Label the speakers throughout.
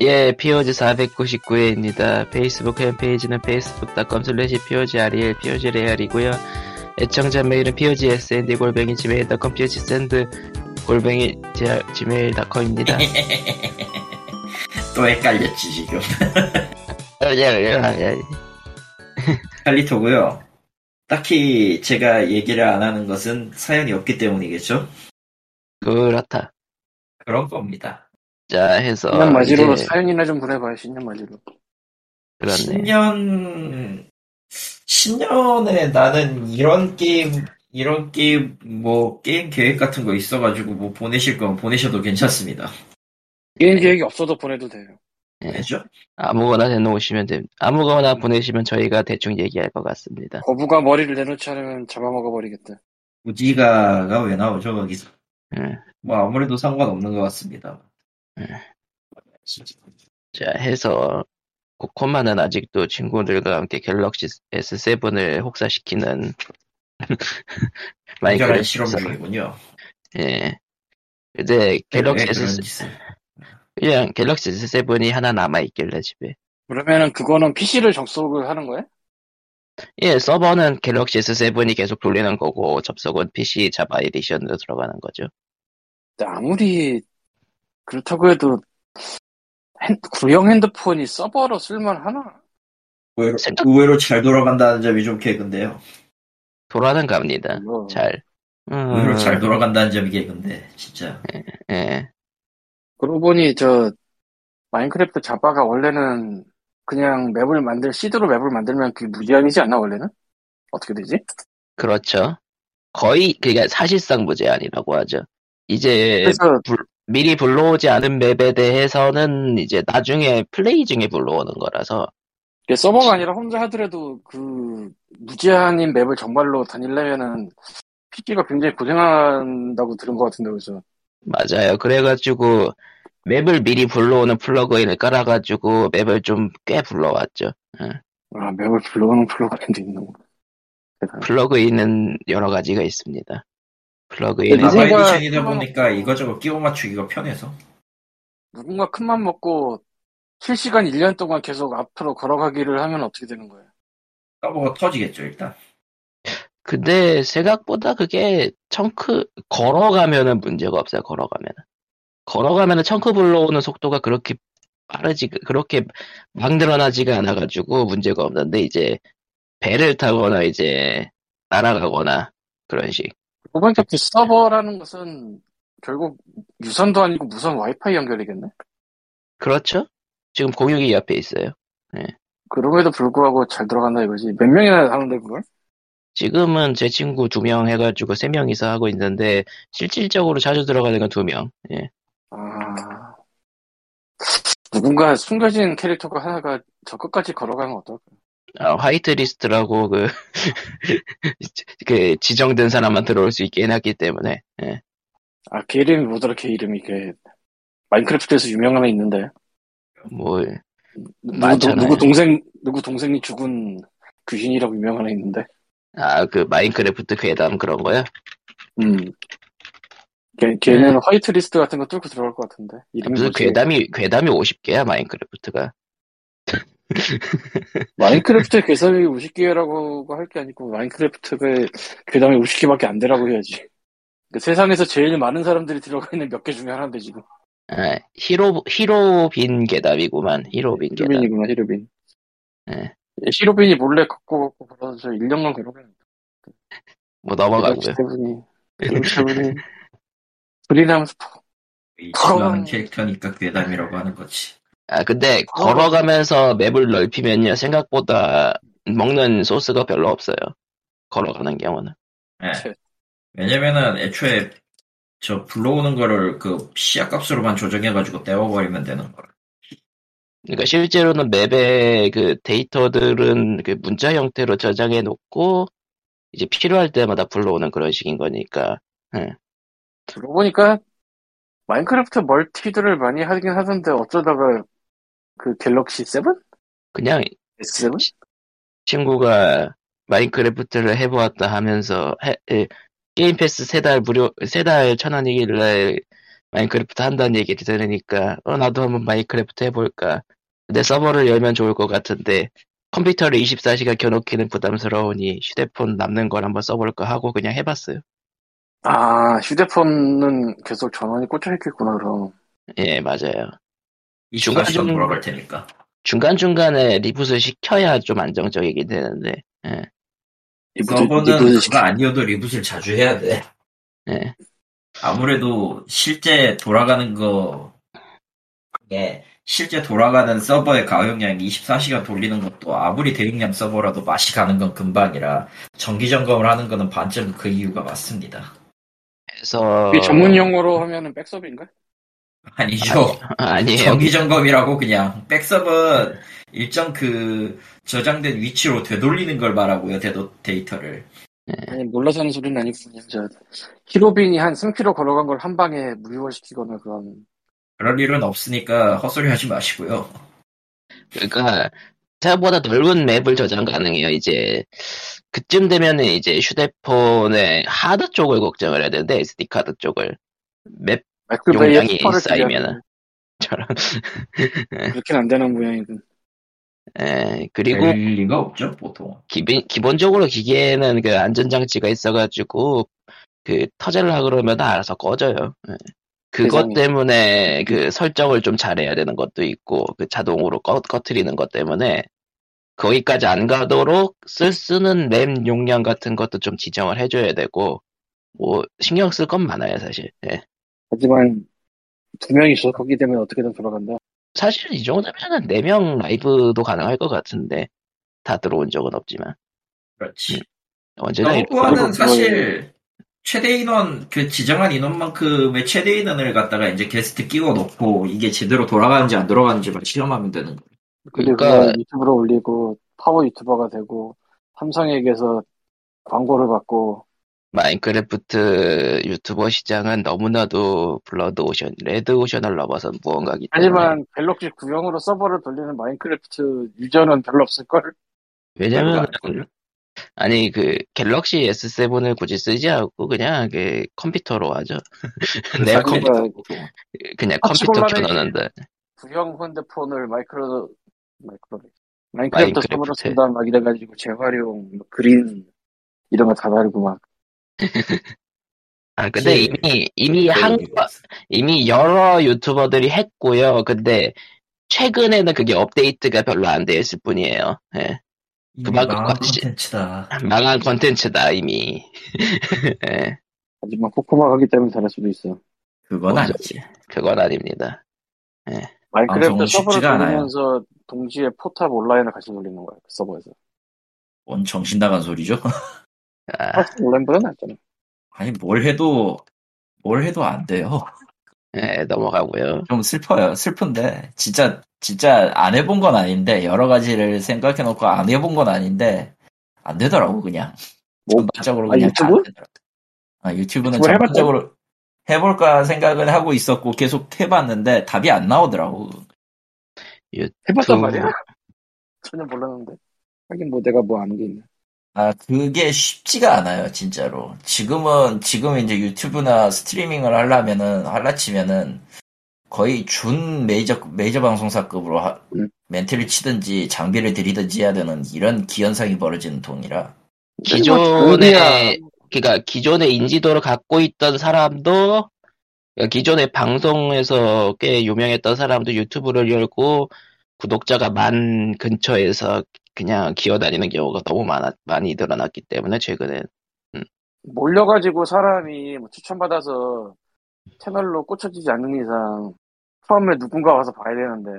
Speaker 1: 예, POG 499회입니다. 페이스북 홈페이지는 facebook.com slash POGREL, POGREL이고요. 애청자 메일은 POGSND 골뱅이 gmail.com, POGSND 골뱅이 gmail.com입니다.
Speaker 2: 또 헷갈렸지 지금
Speaker 1: 예,
Speaker 2: 헷갈리토고요 딱히 제가 얘기를 안 하는 것은 사연이 없기 때문이겠죠
Speaker 1: 그렇다.
Speaker 2: 그런 겁니다
Speaker 1: 자, 해서.
Speaker 3: 신년 맞이로
Speaker 1: 아, 이제
Speaker 3: 사연이나 좀 보내봐요. 신년 맞이로.
Speaker 1: 그렇네.
Speaker 2: 신년 신년에 나는 이런 게임 이런 게임 뭐 게임 계획 같은 거 있어가지고 뭐 보내실 거면 보내셔도 괜찮습니다
Speaker 3: 게임 계획이 없어도 보내도 돼요.
Speaker 1: 네.
Speaker 2: 그죠?
Speaker 1: 아무거나 내놓으시면 됩니다. 아무거나 보내시면 저희가 대충 얘기할 것 같습니다.
Speaker 3: 거부가 머리를 내놓지 않으면 잡아먹어 버리겠다.
Speaker 2: 무지가가 왜 나오죠 거기서
Speaker 1: 예.
Speaker 2: 뭐 아무래도 상관없는 것 같습니다 네.
Speaker 1: 예. 자, 해서 코코마는 아직도 친구들과 함께 갤럭시 S7을 혹사시키는
Speaker 2: 완전한
Speaker 1: 마이크를
Speaker 2: 실험
Speaker 1: 써서-
Speaker 2: 중이군요
Speaker 1: 예. 근데 갤럭시
Speaker 2: 왜 네, 그런
Speaker 1: S
Speaker 2: 짓을.
Speaker 1: 그냥 갤럭시 S7이 하나 남아 있길래 집에.
Speaker 3: 그러면은 그거는 PC를 접속을 하는 거야?
Speaker 1: 예, 서버는 갤럭시 S7이 계속 돌리는 거고 접속은 PC 자바 에디션으로 들어가는 거죠.
Speaker 3: 근데 아무리 그렇다고 해도 핸- 구형 핸드폰이 서버로 쓸만하나?
Speaker 2: 의외로,
Speaker 1: 생각-
Speaker 2: 의외로 잘 돌아간다는 점이 좀 개근데요.
Speaker 1: 돌아는 갑니다.
Speaker 3: 이거
Speaker 1: 잘. 음,
Speaker 2: 의외로 잘 돌아간다는 점이 개근데 진짜
Speaker 1: 예.
Speaker 3: 그러고 보니 저 마인크래프트 자바가 원래는 그냥 맵을 만들 시드로 맵을 만들면 그게 무제한이지 않나 원래는? 어떻게 되지?
Speaker 1: 그렇죠. 거의 그러니까 사실상 무제한이라고 하죠. 이제
Speaker 3: 그래서
Speaker 1: 미리 불러오지 않은 맵에 대해서는 이제 나중에 플레이 중에 불러오는 거라서
Speaker 3: 이게 그러니까 서버가 아니라 혼자 하더라도 그 무제한인 맵을 정말로 다니려면은 PC가 굉장히 고생한다고 들은 것 같은데 그래서
Speaker 1: 맞아요. 그래가지고 맵을 미리 불러오는 플러그인을 깔아가지고 맵을 좀 꽤 불러왔죠.
Speaker 3: 아 맵을 불러오는 플러그인도 있는 거.
Speaker 1: 플러그인은 여러 가지가 있습니다.
Speaker 4: 네,
Speaker 1: 플러그인은
Speaker 3: 근데
Speaker 2: 아바
Speaker 3: 인생과
Speaker 2: 에디션이다
Speaker 3: 상관없고.
Speaker 2: 보니까 이거저거 끼워 맞추기가 편해서
Speaker 3: 누군가 큰 맘 먹고 실시간 1년 동안 계속 앞으로 걸어가기를 하면 어떻게 되는 거예요?
Speaker 2: 서버가 터지겠죠 일단.
Speaker 1: 근데 생각보다 그게 청크 걸어가면은 문제가 없어요. 걸어가면은 걸어가면은 청크 불러오는 속도가 그렇게 빠르지 그렇게 막 늘어나지가 않아가지고 문제가 없는데 이제 배를 타거나 이제 날아가거나 그런 식.
Speaker 3: 그번그 서버라는 것은 결국 유선도 아니고 무선 와이파이 연결이겠네?
Speaker 1: 그렇죠? 지금 공유기 옆에 있어요.
Speaker 3: 그럼에도 불구하고 잘 들어간다 이거지. 몇 명이나 하는데 그걸?
Speaker 1: 지금은 제 친구 두 명 해가지고 세 명이서 하고 있는데 실질적으로 자주 들어가는 건 두 명. 예.
Speaker 3: 아... 누군가 숨겨진 캐릭터가 하나가 저 끝까지 걸어가면 어떨까?
Speaker 1: 아, 화이트리스트라고 그, 그 지정된 사람만 들어올 수 있게 해놨기 때문에 예.
Speaker 3: 아, 걔 이름이 뭐더라, 걔 이름이. 걔, 마인크래프트에서 유명한 애 있는데.
Speaker 1: 뭐
Speaker 3: 누구, 동-
Speaker 1: 많잖아요.
Speaker 3: 누구 동생, 누구 동생이 죽은 귀신이라고 유명한 애 있는데.
Speaker 1: 아, 그 마인크래프트 괴담 그런 거요?
Speaker 3: 음. 걔, 걔는 화이트 리스트 같은 거 뚫고 들어갈 것 같은데. 이름이
Speaker 1: 무슨
Speaker 3: 뭐지?
Speaker 1: 네. 괴담이 괴담이 50개야 마인크래프트가.
Speaker 3: 마인크래프트의 괴담이 50개라고 할 게 아니고, 마인크래프트의 괴담이 50개밖에 안 되라고 해야지. 그 세상에서 제일 많은 사람들이 들어가 있는 몇 개 중에 하나인데, 지금.
Speaker 1: 아, 히로 히로빈 괴담이구만. 히로빈 괴담.
Speaker 3: 네, 히로빈이구나, 히로빈.
Speaker 1: 예.
Speaker 3: 히로빈이 몰래 갖고 갖고 벌어서 1년간 괴롭혔는데.
Speaker 1: 뭐 넘어가고요. 예.
Speaker 3: 세븐이 세븐이 브리나면서
Speaker 2: 이치라는
Speaker 3: 어.
Speaker 2: 캐릭터니까 괴담이라고 하는 거지.
Speaker 1: 아, 근데
Speaker 3: 어.
Speaker 1: 걸어가면서 맵을 넓히면요 생각보다 먹는 소스가 별로 없어요. 걸어가는 경우는.
Speaker 2: 예.
Speaker 3: 쟤.
Speaker 2: 왜냐면은 애초에 저 불러오는 거를 그 시야값으로만 조정해가지고 떼어버리면 되는 거라.
Speaker 1: 그러니까 실제로는 맵의 그 데이터들은 그 문자 형태로 저장해 놓고 이제 필요할 때마다 불러오는 그런 식인 거니까
Speaker 3: 그러고 보니까 마인크래프트 멀티들을 많이 하긴 하던데 어쩌다가 그 갤럭시 7?
Speaker 1: 그냥
Speaker 3: S7?
Speaker 1: 친구가 마인크래프트를 해보았다 하면서 해- 예, 게임 패스 세 달 무료 세 달 천 원이길래 마인크래프트 한다는 얘기를 들으니까 어 나도 한번 마인크래프트 해볼까 내 서버를 열면 좋을 것 같은데 컴퓨터를 24시간 켜놓기는 부담스러우니 휴대폰 남는 걸 한번 써볼까 하고 그냥 해봤어요
Speaker 3: 아, 휴대폰은 계속 전원이 꽂혀있겠구나, 그럼.
Speaker 1: 예 맞아요
Speaker 4: 이 중간 시간
Speaker 1: 중간중-
Speaker 4: 돌아갈 테니까.
Speaker 1: 중간중간에 리부트를 시켜야 좀 안정적이긴 되는데 예,
Speaker 4: 서버는
Speaker 3: 시-
Speaker 4: 그거 아니어도 리붓을 자주 해야 돼.
Speaker 1: 예.
Speaker 4: 아무래도 실제 돌아가는 거, 예, 실제 돌아가는 서버의 가용량 24시간 돌리는 것도 아무리 대용량 서버라도 맛이 가는 건 금방이라 정기 점검을 하는 거는 반쯤 그 이유가 맞습니다.
Speaker 1: 그래서
Speaker 3: 이게 전문 용어로 하면은 백섭인가?
Speaker 4: 아니죠.
Speaker 1: 아니에요
Speaker 4: 정기 점검이라고 그냥 백섭은 일정 그 저장된 위치로 되돌리는 걸 말하고요. 데도, 데이터를.
Speaker 3: 아니, 몰라서 하는 소리는 아니군요. 저, 히로빈이 한 승피로 걸어간 걸 한 방에 무효화시키거나 그런.
Speaker 4: 그럴 일은 없으니까 헛소리 하지 마시고요.
Speaker 1: 그러니까 생각보다 넓은 맵을 저장 가능해요. 이제 그쯤 되면은 이제 휴대폰의 하드 쪽을 걱정을 해야 되는데 SD 카드 쪽을 맵
Speaker 3: 맥그베이의
Speaker 1: 용량이
Speaker 3: 스파를
Speaker 1: 쌓이면은.
Speaker 3: 기대하는.
Speaker 1: 처럼
Speaker 3: 그렇긴 안 되는 모양이군.
Speaker 1: 에, 예. 그리고
Speaker 4: 될 리가 없죠, 보통.
Speaker 1: 기본 기본적으로 기계에는 그 안전 장치가 있어가지고 그 터질라 그러면 알아서 꺼져요. 예. 그것
Speaker 3: 세상에.
Speaker 1: 때문에 그 설정을 좀 잘해야 되는 것도 있고 그 자동으로 꺼, 꺼트리는 것 때문에 거기까지 안 가도록 쓸 쓰는 램 용량 같은 것도 좀 지정을 해줘야 되고 뭐 신경 쓸 건 많아요 사실. 예.
Speaker 3: 하지만, 두 명이서 거기 되면 어떻게든 돌아간다.
Speaker 1: 사실 이 정도면은 4명 라이브도 가능할 것 같은데 다 들어온 적은 없지만
Speaker 4: 그렇지.
Speaker 1: 언제나 이렇-
Speaker 4: 서버는
Speaker 3: 그리고
Speaker 4: 어, 사실 최대 인원 그 지정한 인원만큼의 최대 인원을 갖다가 이제 게스트 끼워 놓고 이게 제대로 돌아가는지 안 돌아가는지만 시험하면 되는 거예요.
Speaker 3: 그리고
Speaker 1: 그러니까-
Speaker 3: 유튜브로 올리고, 파워 유튜버가 되고, 삼성에게서 광고를 받고,
Speaker 1: 마인크래프트 유튜버 시장은 너무나도 블러드 오션, 레드 오션을 넘어선 무언가기 때문에
Speaker 3: 하지만 갤럭시 구형으로 서버를 돌리는 마인크래프트 유저는 별로 없을걸?
Speaker 1: 왜냐면 아니 그 갤럭시 S7을 굳이 쓰지 않고 그냥 그 컴퓨터로 하죠. 내가
Speaker 3: 컴-
Speaker 1: 컴퓨터 그냥
Speaker 3: 같이
Speaker 1: 컴퓨터
Speaker 3: 골라내.
Speaker 1: 켜놓는데
Speaker 3: 구형 핸드폰을 마이크로, 마이크로, 마인크래프트 서버로
Speaker 1: 마인크래프트.
Speaker 3: 쓴다, 막 이래가지고, 재활용, 뭐 그린, 이런 거 다 달고 막.
Speaker 1: 아 근데
Speaker 4: 그치.
Speaker 1: 이미
Speaker 3: 네,
Speaker 1: 이미 한 이미 여러 유튜버들이 했고요. 근데 최근에는 그게 업데이트가 별로 안 돼 있을 뿐이에요. 예. 그만큼
Speaker 4: 그만큼
Speaker 1: 같이.
Speaker 4: 콘텐츠다.
Speaker 1: 망한 컨텐츠다 이미. 예.
Speaker 3: 하지만 코코마 가기 때문에 잘할 수도 있어.
Speaker 4: 그건
Speaker 1: 맞아.
Speaker 4: 아니지.
Speaker 1: 그건 아닙니다.
Speaker 3: 마인크래프트
Speaker 4: 방송은
Speaker 3: 서버를
Speaker 4: 쉽지가 않아요.
Speaker 3: 돌리면서 동시에 포탑 온라인을 같이 돌리는 거야, 그 서버에서.
Speaker 4: 뭔 정신 나간 소리죠?
Speaker 1: 아,
Speaker 3: 포탑 온라인보다 낫잖아.
Speaker 4: 아니 뭘 해도 뭘 해도 안 돼요.
Speaker 1: 예, 넘어가고요.
Speaker 4: 좀 슬퍼요. 슬픈데 진짜 진짜 안 해본 건 아닌데 여러 가지를 생각해 놓고 안 해본 건 아닌데 안 되더라고 그냥.
Speaker 3: 뭐?
Speaker 4: 전반적으로
Speaker 3: 아,
Speaker 4: 그냥 다안
Speaker 3: 유튜브?
Speaker 4: 되더라고. 아, 유튜브는
Speaker 3: 유튜브 해봤어요?
Speaker 4: 전반적으로 해볼까 생각은 하고 있었고 계속 해봤는데 답이 안 나오더라고.
Speaker 3: 해봤단
Speaker 1: 그-
Speaker 3: 말이야? 전혀 몰랐는데. 하긴 뭐 내가 뭐 아는 게 있네.
Speaker 4: 아, 그게 쉽지가 않아요, 진짜로. 지금은, 지금 이제 유튜브나 스트리밍을 하려면은, 하려치면은, 거의 준 메이저, 메이저 방송사급으로 하-
Speaker 3: 음.
Speaker 4: 멘트를 치든지, 장비를 들이든지 해야 되는 이런 기현상이 벌어지는 돈이라. 그
Speaker 1: 기존에 그러니까 기존의 인지도를 갖고 있던 사람도 그러니까 기존의 방송에서 꽤 유명했던 사람도 유튜브를 열고 구독자가 만 근처에서 그냥 기어다니는 경우가 너무 많아, 많이 늘어났기 때문에 최근에
Speaker 3: 몰려가지고 사람이 뭐 추천받아서 채널로 꽂혀지지 않는 이상 처음에 누군가 와서 봐야 되는데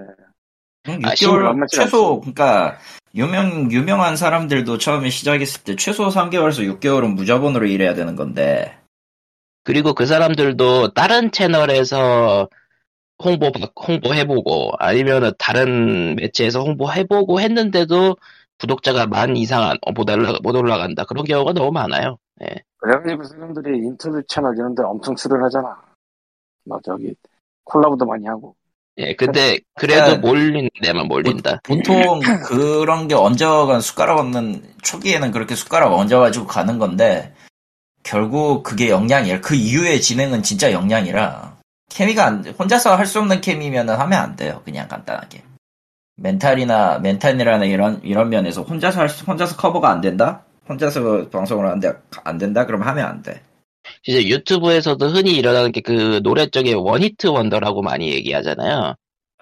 Speaker 4: 그냥
Speaker 1: 아,
Speaker 4: 6개월
Speaker 3: 만만치
Speaker 4: 음, 최소 그러니까 유명 유명한 사람들도 처음에 시작했을 때 최소 3개월에서 6개월은 무자본으로 일해야 되는 건데
Speaker 1: 그리고 그 사람들도 다른 채널에서 홍보, 받- 홍보해보고, 아니면은 다른 매체에서 홍보해보고 했는데도 구독자가 만 이상 안- 어, 못, 올라, 못 올라간다. 그런 경우가 너무 많아요. 예.
Speaker 3: 그래가지고 사람들이 인터뷰 채널 이런 데 엄청 출연하잖아 막 저기 콜라보도 많이 하고
Speaker 1: 예, 근데 그래도
Speaker 4: 약간-
Speaker 1: 몰린 데만 몰린다.
Speaker 4: 보통 그런 게 얹어간 숟가락 없는 초기에는 그렇게 숟가락 얹어가지고 가는 건데 결국 그게 역량이야. 그 이후의 진행은 진짜 역량이라 케미가 안 돼. 혼자서 할 수 없는 케미면은 하면 안 돼요. 그냥 간단하게. 멘탈이나 멘탈이라는 이런 이런 면에서 혼자서 할 수- 혼자서 커버가 안 된다. 혼자서 방송을 하는데 안 된다. 그럼 하면 안 돼.
Speaker 1: 이제 유튜브에서도 흔히 일어나는 게 그 노래 쪽에 원히트 원더라고 많이 얘기하잖아요.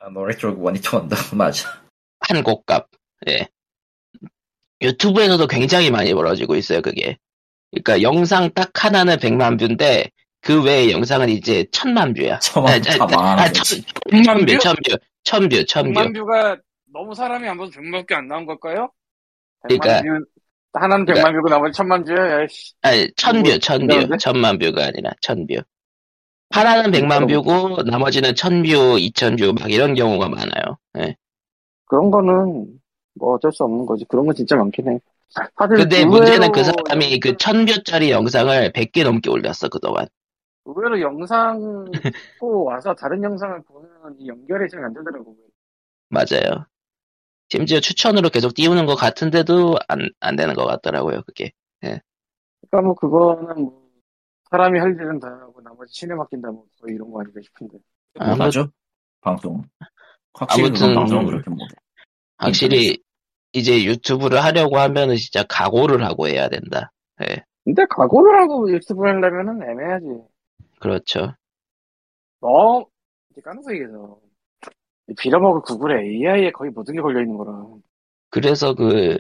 Speaker 4: 아, 노래 쪽 원히트 원더 맞아.
Speaker 1: 한 곡값. 예. 유튜브에서도 굉장히 많이 벌어지고 있어요, 그게. 그러니까 영상 딱 하나는 100만 뷰인데 그 외의 영상은 이제 천만 뷰야.
Speaker 4: 저만
Speaker 1: 아,
Speaker 4: 다
Speaker 1: 아, 아,
Speaker 4: 망하는 거지.
Speaker 1: 천, 천만
Speaker 3: 뷰?
Speaker 1: 뷰, 천 뷰, 천 뷰, 천
Speaker 3: 100만
Speaker 1: 뷰.
Speaker 3: 뷰가 너무 사람이 안 봐서 100만밖에 안 나온 걸까요? 100만
Speaker 1: 그러니까-
Speaker 3: 뷰 하나는 100만
Speaker 1: 그러니까-
Speaker 3: 뷰고 나머지 1000만 뷰야. 야이씨.
Speaker 1: 아니, 천 뷰, 천 뷰,
Speaker 3: 그런데?
Speaker 1: 천만 뷰가 아니라 천 뷰. 하나는 100만 뷰고 나머지는 천 뷰, 이천 뷰 막 이런 경우가 많아요. 예.
Speaker 3: 그런 거는 뭐 어쩔 수 없는 거지. 그런 건 진짜 많긴 해. 사실
Speaker 1: 근데
Speaker 3: 의외로
Speaker 1: 문제는 그 사람이 그
Speaker 3: 영상-
Speaker 1: 천 뷰짜리 영상을 100개 넘게 올렸어 그동안.
Speaker 3: 의외로 영상 보고 와서 다른 영상을 보는 이 연결이 잘 안 되더라고.
Speaker 1: 맞아요. 심지어 추천으로 계속 띄우는 것 같은데도 안, 안 되는 것 같더라고요, 그게.
Speaker 3: 그러니까 뭐 그거는 뭐 사람이 할 일은 다 하고 나머지 신에 맡긴다 뭐 거의 이런 거 아닌가 싶은데.
Speaker 1: 아,
Speaker 4: 맞죠 방송. 확실히
Speaker 1: 아무튼-
Speaker 4: 그건 방송 그렇게 못. 해.
Speaker 1: 확실히 이제 유튜브를 하려고 하면은 진짜 각오를 하고 해야 된다.
Speaker 3: 근데 각오를 하고 유튜브를 하려면은 애매하지.
Speaker 1: 그렇죠.
Speaker 3: 너 어? 이제 까는소리에서 빌어먹을 구글에 AI에 거의 모든 게 걸려 있는 거라.
Speaker 1: 그래서 그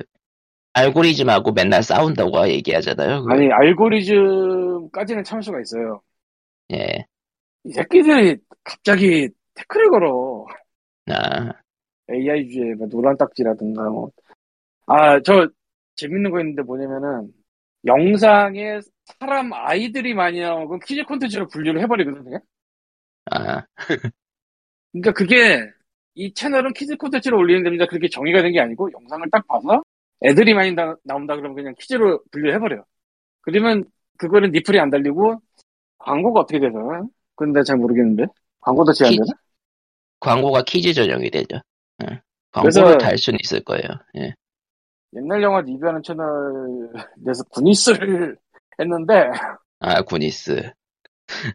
Speaker 1: 알고리즘하고 맨날 싸운다고 얘기하잖아요. 그,
Speaker 3: 아니 알고리즘까지는 참수가 있어요.
Speaker 1: 예.
Speaker 3: 이 새끼들이 갑자기 태클을 걸어.
Speaker 1: 아,
Speaker 3: AI 주에 뭐 노란 딱지라든가 뭐. 아, 저 재밌는 거 있는데 뭐냐면은 영상에 사람 아이들이 많이 나오고 키즈 콘텐츠로 분류를 해버리거든 그냥.
Speaker 1: 아,
Speaker 3: 그러니까 그게 이 채널은 키즈 콘텐츠로 올리는 데입니다. 그렇게 정의가 된 게 아니고 영상을 딱 봐서 애들이 많이 나, 나온다 그러면 그냥 퀴즈로 분류해버려. 그러면 그거는 니플이 안 달리고 광고가 어떻게 되나 그건 내가 잘 모르겠는데. 광고도 제한되나?
Speaker 1: 광고가 키즈 전용이 되죠. 예. 광고를
Speaker 3: 그래서-
Speaker 1: 달 수는 있을 거예요. 예.
Speaker 3: 옛날 영화 리뷰하는 채널에서 구니스를 했는데
Speaker 1: 아, 구니스.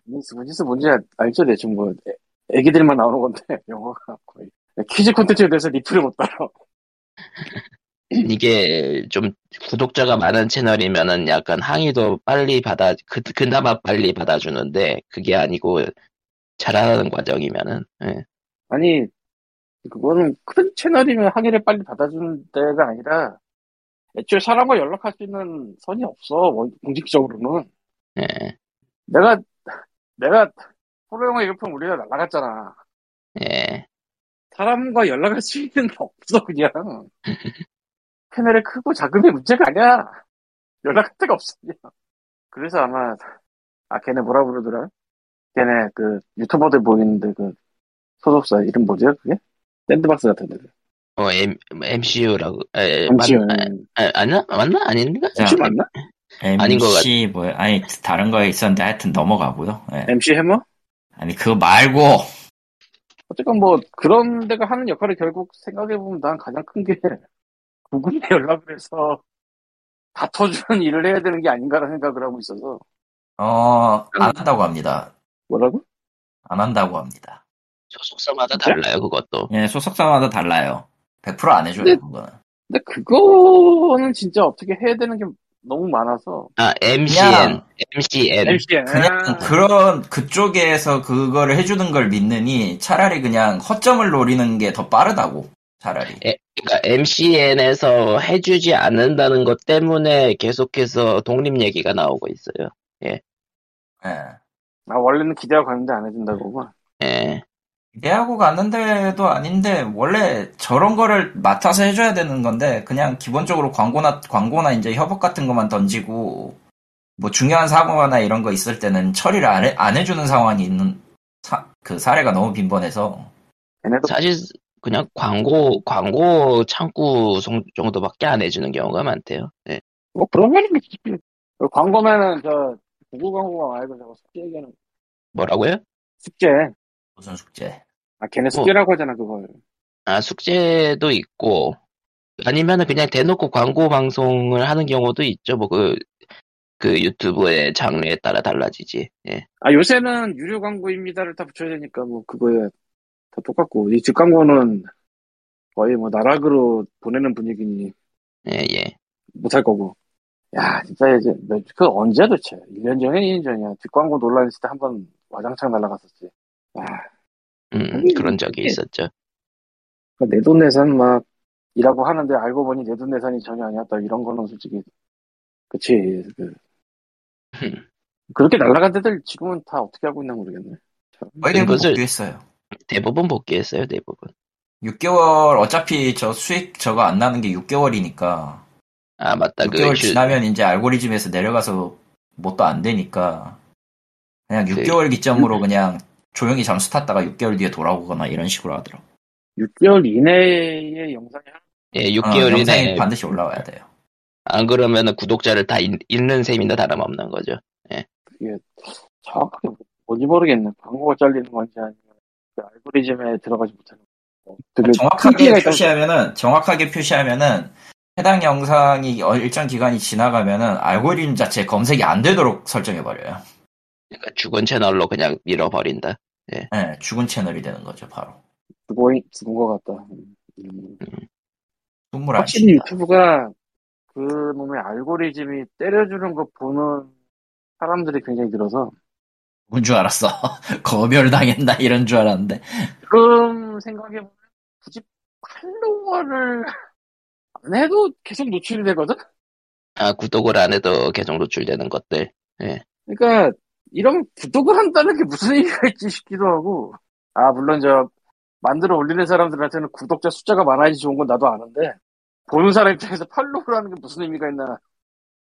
Speaker 3: 구니스, 구니스 뭔지 알- 알죠? 대충 뭐 애, 애기들만 나오는 건데 영화가 거의 퀴즈 콘텐츠에 대해서 리플을 못 따라.
Speaker 1: 이게 좀 구독자가 많은 채널이면은 약간 항의도 빨리 받아, 그, 그나마 빨리 받아주는데, 그게 아니고 잘하는 과정이면은, 예.
Speaker 3: 아니, 그거는 큰 채널이면 항의를 빨리 받아주는 데가 아니라, 애초에 사람과 연락할 수 있는 선이 없어, 원- 공식적으로는.
Speaker 1: 예.
Speaker 3: 내가, 내가, 프로영화 일품 우리가 날라갔잖아.
Speaker 1: 예. 사람과
Speaker 3: 사람과 연락할 수 있는 게 없어, 그냥. 채널의 크고 작음의 문제가 아니야. 연락할 데가 없어, 그냥. 그래서 아마, 아, 걔네 뭐라 그러더라? 걔네 그 유튜버들 모이는데 그 소속사 이름 뭐지, 그게? 샌드박스 같은 데.
Speaker 1: 어, M, MCU라고. 에,
Speaker 3: 잠시요.
Speaker 1: 예, 맞, 아, 아니야? 맞나? 아닌가?
Speaker 4: 자,
Speaker 3: MC 맞나?
Speaker 1: 아닌 것
Speaker 4: MC 뭐야? 아니 다른 거에 있었는데 하여튼 넘어가고요. 예.
Speaker 1: 네.
Speaker 3: MC 해머?
Speaker 4: 아니 그거 말고
Speaker 3: 어쨌건 뭐 그런 데가 하는 역할을 결국 생각해 보면 난 가장 큰 게 구글에 연락을 해서 다 터주는 일을 해야 되는 게 아닌가라는 생각을 하고 있어서
Speaker 4: 어
Speaker 1: 음.
Speaker 4: 안 한다고 합니다.
Speaker 3: 뭐라고?
Speaker 4: 안 한다고 합니다.
Speaker 1: 소속사마다
Speaker 3: 진짜?
Speaker 1: 달라요, 그것도.
Speaker 4: 예, 소속사마다 달라요. 100%안 해줘요
Speaker 3: 네.
Speaker 4: 그거는.
Speaker 3: 근데 그거는 진짜 어떻게 해야 되는 게 너무 많아서
Speaker 1: 아, MCN.
Speaker 4: 그냥
Speaker 1: MCN.
Speaker 3: MCN
Speaker 1: 아.
Speaker 4: 그냥 그런 그쪽에서 그거를 해주는 걸 믿느니 차라리 그냥 허점을 노리는 게 더 빠르다고 차라리.
Speaker 1: 그러니까 MCN에서 해주지 않는다는 것 때문에 계속해서 독립 얘기가 나오고 있어요.
Speaker 4: 예.
Speaker 3: 아, 원래는 기대하고 갔는데 안 해준다고
Speaker 1: 예.
Speaker 4: 기대하고 갔는데도 아닌데 원래 저런 거를 맡아서 해줘야 되는 건데 그냥 기본적으로 광고나 광고나 이제 협업 같은 것만 던지고 뭐 중요한 사고나 이런 거 있을 때는 처리를 안, 해, 주는 상황이 있는 사, 그 사례가 너무 빈번해서
Speaker 3: 걔네도
Speaker 1: 사실 그냥 광고 광고 창구 송- 정도밖에 안 해주는 경우가 많대요. 예.
Speaker 3: 뭐 그런 거는 광고면은 저 구글 광고가 말고 저거 숙제 얘기하는 거.
Speaker 1: 뭐라고요?
Speaker 3: 숙제
Speaker 4: 무슨 숙제
Speaker 3: 아 걔네 숙제라고 하잖아 그걸
Speaker 1: 아 숙제도 있고 아니면은 그냥 대놓고 광고 방송을 하는 경우도 있죠. 뭐 그 그 그 유튜브의 장르에 따라 달라지지. 예.
Speaker 3: 아, 요새는 유료 광고입니다를 다 붙여야 되니까 뭐 그거에 다 똑같고 이 뒷 광고는 거의 뭐 나락으로 보내는 분위기니
Speaker 1: 예, 예.
Speaker 3: 못할 거고. 야, 진짜 이제 몇- 그 언제 도대체? 1년 전이야, 2년 전이야. 뒷광고 논란 있을 때 한 번 와장창 날아갔었지. 야,
Speaker 1: 음,
Speaker 3: 아니,
Speaker 1: 그런 적이
Speaker 3: 이게-
Speaker 1: 있었죠.
Speaker 3: 그러니까 내돈 내산 막 이라고 하는데 알고 보니 내 돈 내산이 전혀 아니었다. 이런 거는 솔직히 그치. 그.
Speaker 1: 흠.
Speaker 3: 그렇게 날아간 데들 지금은 다 어떻게 하고 있나 모르겠네.
Speaker 1: 그것을-
Speaker 4: 어이는 복귀했어요.
Speaker 1: 대부분 복귀했어요, 대부분.
Speaker 4: 6개월 어차피 저 수익 저거 안 나는 게 6개월이니까
Speaker 1: 아, 맞다. 그,
Speaker 4: 6개월
Speaker 1: 유-
Speaker 4: 지나면 이제 알고리즘에서 내려가서 뭣도 안 되니까 그냥 6개월 기점으로
Speaker 1: 음.
Speaker 4: 그냥 조용히 잠수 탔다가 6개월 뒤에 돌아오거나 이런 식으로 하더라고.
Speaker 3: 6개월 이내에 영상이 하나
Speaker 1: 예,
Speaker 4: 어,
Speaker 1: 6개월
Speaker 4: 영상이
Speaker 1: 이내에
Speaker 4: 반드시 올라와야 돼요.
Speaker 1: 안 그러면은 구독자를 다 잃, 는 셈이나 다름없는 거죠.
Speaker 3: 정확하게 뭔지 모르겠네. 광고가 잘리는 건지 아니면 그 알고리즘에 들어가지 못하는 건지. 되게
Speaker 4: 아, 정확하게
Speaker 3: 크기가 좀-
Speaker 4: 표시하면은 정확하게 표시하면은 해당 영상이 어- 일정 기간이 지나가면은 알고리즘 자체 검색이 안 되도록 설정해 버려요.
Speaker 1: 그러니까 죽은 채널로 그냥 밀어버린다.
Speaker 4: 예, 죽은 채널이 되는 거죠, 바로.
Speaker 3: 죽어, 죽은 것 같다. 음.
Speaker 4: 눈물 안
Speaker 3: 확실히
Speaker 4: 쉰다.
Speaker 3: 유튜브가 그 놈의 알고리즘이 때려주는 거 보는 사람들이 굉장히 늘어서
Speaker 4: 뭔줄 알았어. 거멸당했나 이런 줄 알았는데.
Speaker 3: 지금 생각해보면 굳이 팔로워를 안 해도 계속 노출이 되거든?
Speaker 1: 아, 구독을 안 해도 계속 노출되는 것들.
Speaker 3: 그러니까 이런 구독을 한다는 게 무슨 의미가 있지 싶기도 하고 아 물론 저 만들어 올리는 사람들한테는 구독자 숫자가 많아야지 좋은 건 나도 아는데 보는 사람 입장에서 팔로우라는 게 무슨 의미가 있나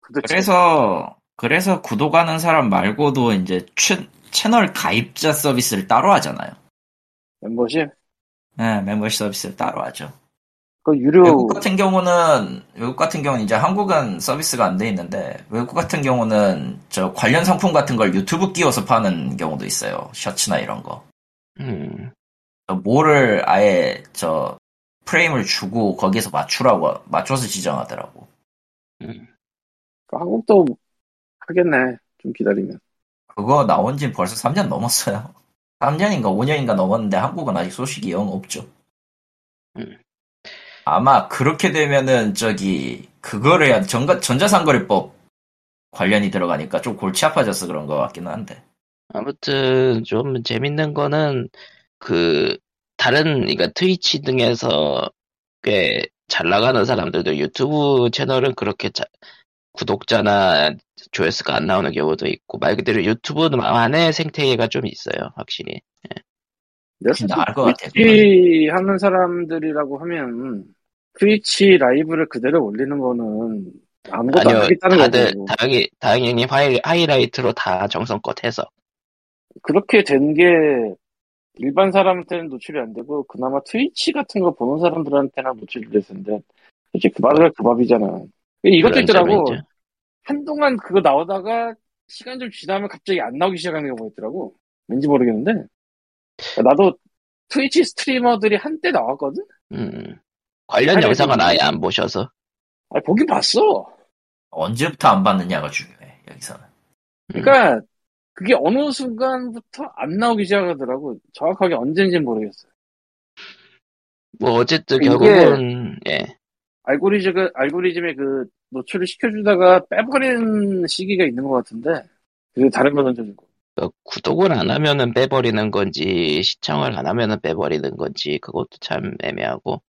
Speaker 3: 도대체
Speaker 4: 그래서 그래서 구독하는 사람 말고도 이제 채, 채널 가입자 서비스를 따로 하잖아요.
Speaker 3: 멤버십?
Speaker 4: 예, 멤버십 서비스를 따로 하죠.
Speaker 3: 그 유료
Speaker 4: 외국 같은 경우는 외국 같은 경우는 이제 한국은 서비스가 안 돼 있는데 외국 같은 경우는 저 관련 상품 같은 걸 유튜브 끼워서 파는 경우도 있어요. 셔츠나 이런 거.
Speaker 1: 음,
Speaker 4: 저 뭐를 아예 저 프레임을 주고 거기에서 맞추라고 맞춰서 지정하더라고.
Speaker 1: 음.
Speaker 3: 한국도 하겠네 좀 기다리면
Speaker 4: 그거 나온 지 벌써 3년 넘었어요. 3년인가 5년인가 넘었는데 한국은 아직 소식이 영 없죠.
Speaker 1: 음.
Speaker 4: 아마 그렇게 되면은 저기 그거를 해야 전가, 전자상거래법 관련이 들어가니까 좀 골치 아파져서 그런 것 같기는 한데
Speaker 1: 아무튼 좀 재밌는 거는 그 다른 그러니까 트위치 등에서 꽤 잘 나가는 사람들도 유튜브 채널은 그렇게 자- 구독자나 조회수가 안 나오는 경우도 있고 말 그대로 유튜브만의 생태계가 좀 있어요 확실히
Speaker 3: 그래서
Speaker 4: 나을 것 같아,
Speaker 3: 트위치 하는 사람들이라고 하면 트위치 라이브를 그대로 올리는 거는 아무것도 안
Speaker 1: 아니요
Speaker 3: 하겠다는 뭐.
Speaker 1: 다들
Speaker 3: 거고
Speaker 1: 다행히 다행히 하이, 하이라이트로 다 정성껏 해서
Speaker 3: 그렇게 된 게 일반 사람한테는 노출이 안 되고 그나마 트위치 같은 거 보는 사람들한테나 노출이 됐는데 솔직히 그 말을 그 밥이잖아 이것도
Speaker 1: 그런
Speaker 3: 있더라고
Speaker 1: 점이 있죠.
Speaker 3: 한동안 그거 나오다가 시간 좀 지나면 갑자기 안 나오기 시작하는 경우가 있더라고 왠지 모르겠는데 나도 트위치 스트리머들이 한때 나왔거든
Speaker 1: 음, 관련
Speaker 3: 하이라이트
Speaker 1: 영상은 아예
Speaker 3: 보면-
Speaker 1: 안 보셔서
Speaker 3: 아 보긴 봤어
Speaker 4: 언제부터 안 받느냐가 중요해 여기서는
Speaker 3: 그러니까 그게 어느 순간부터 안 나오기 시작하더라고 정확하게 언젠지는 모르겠어요
Speaker 1: 뭐 어쨌든
Speaker 3: 이게-
Speaker 1: 결국은 예
Speaker 3: 알고리즘, 알고리즘에 그 노출을 시켜주다가 빼버리는 시기가 있는 것 같은데, 그게 다른 거는 좀, 있고.
Speaker 1: 그 구독을 안 하면은 빼버리는 건지 시청을 안 하면은 빼버리는 건지 그것도 참 애매하고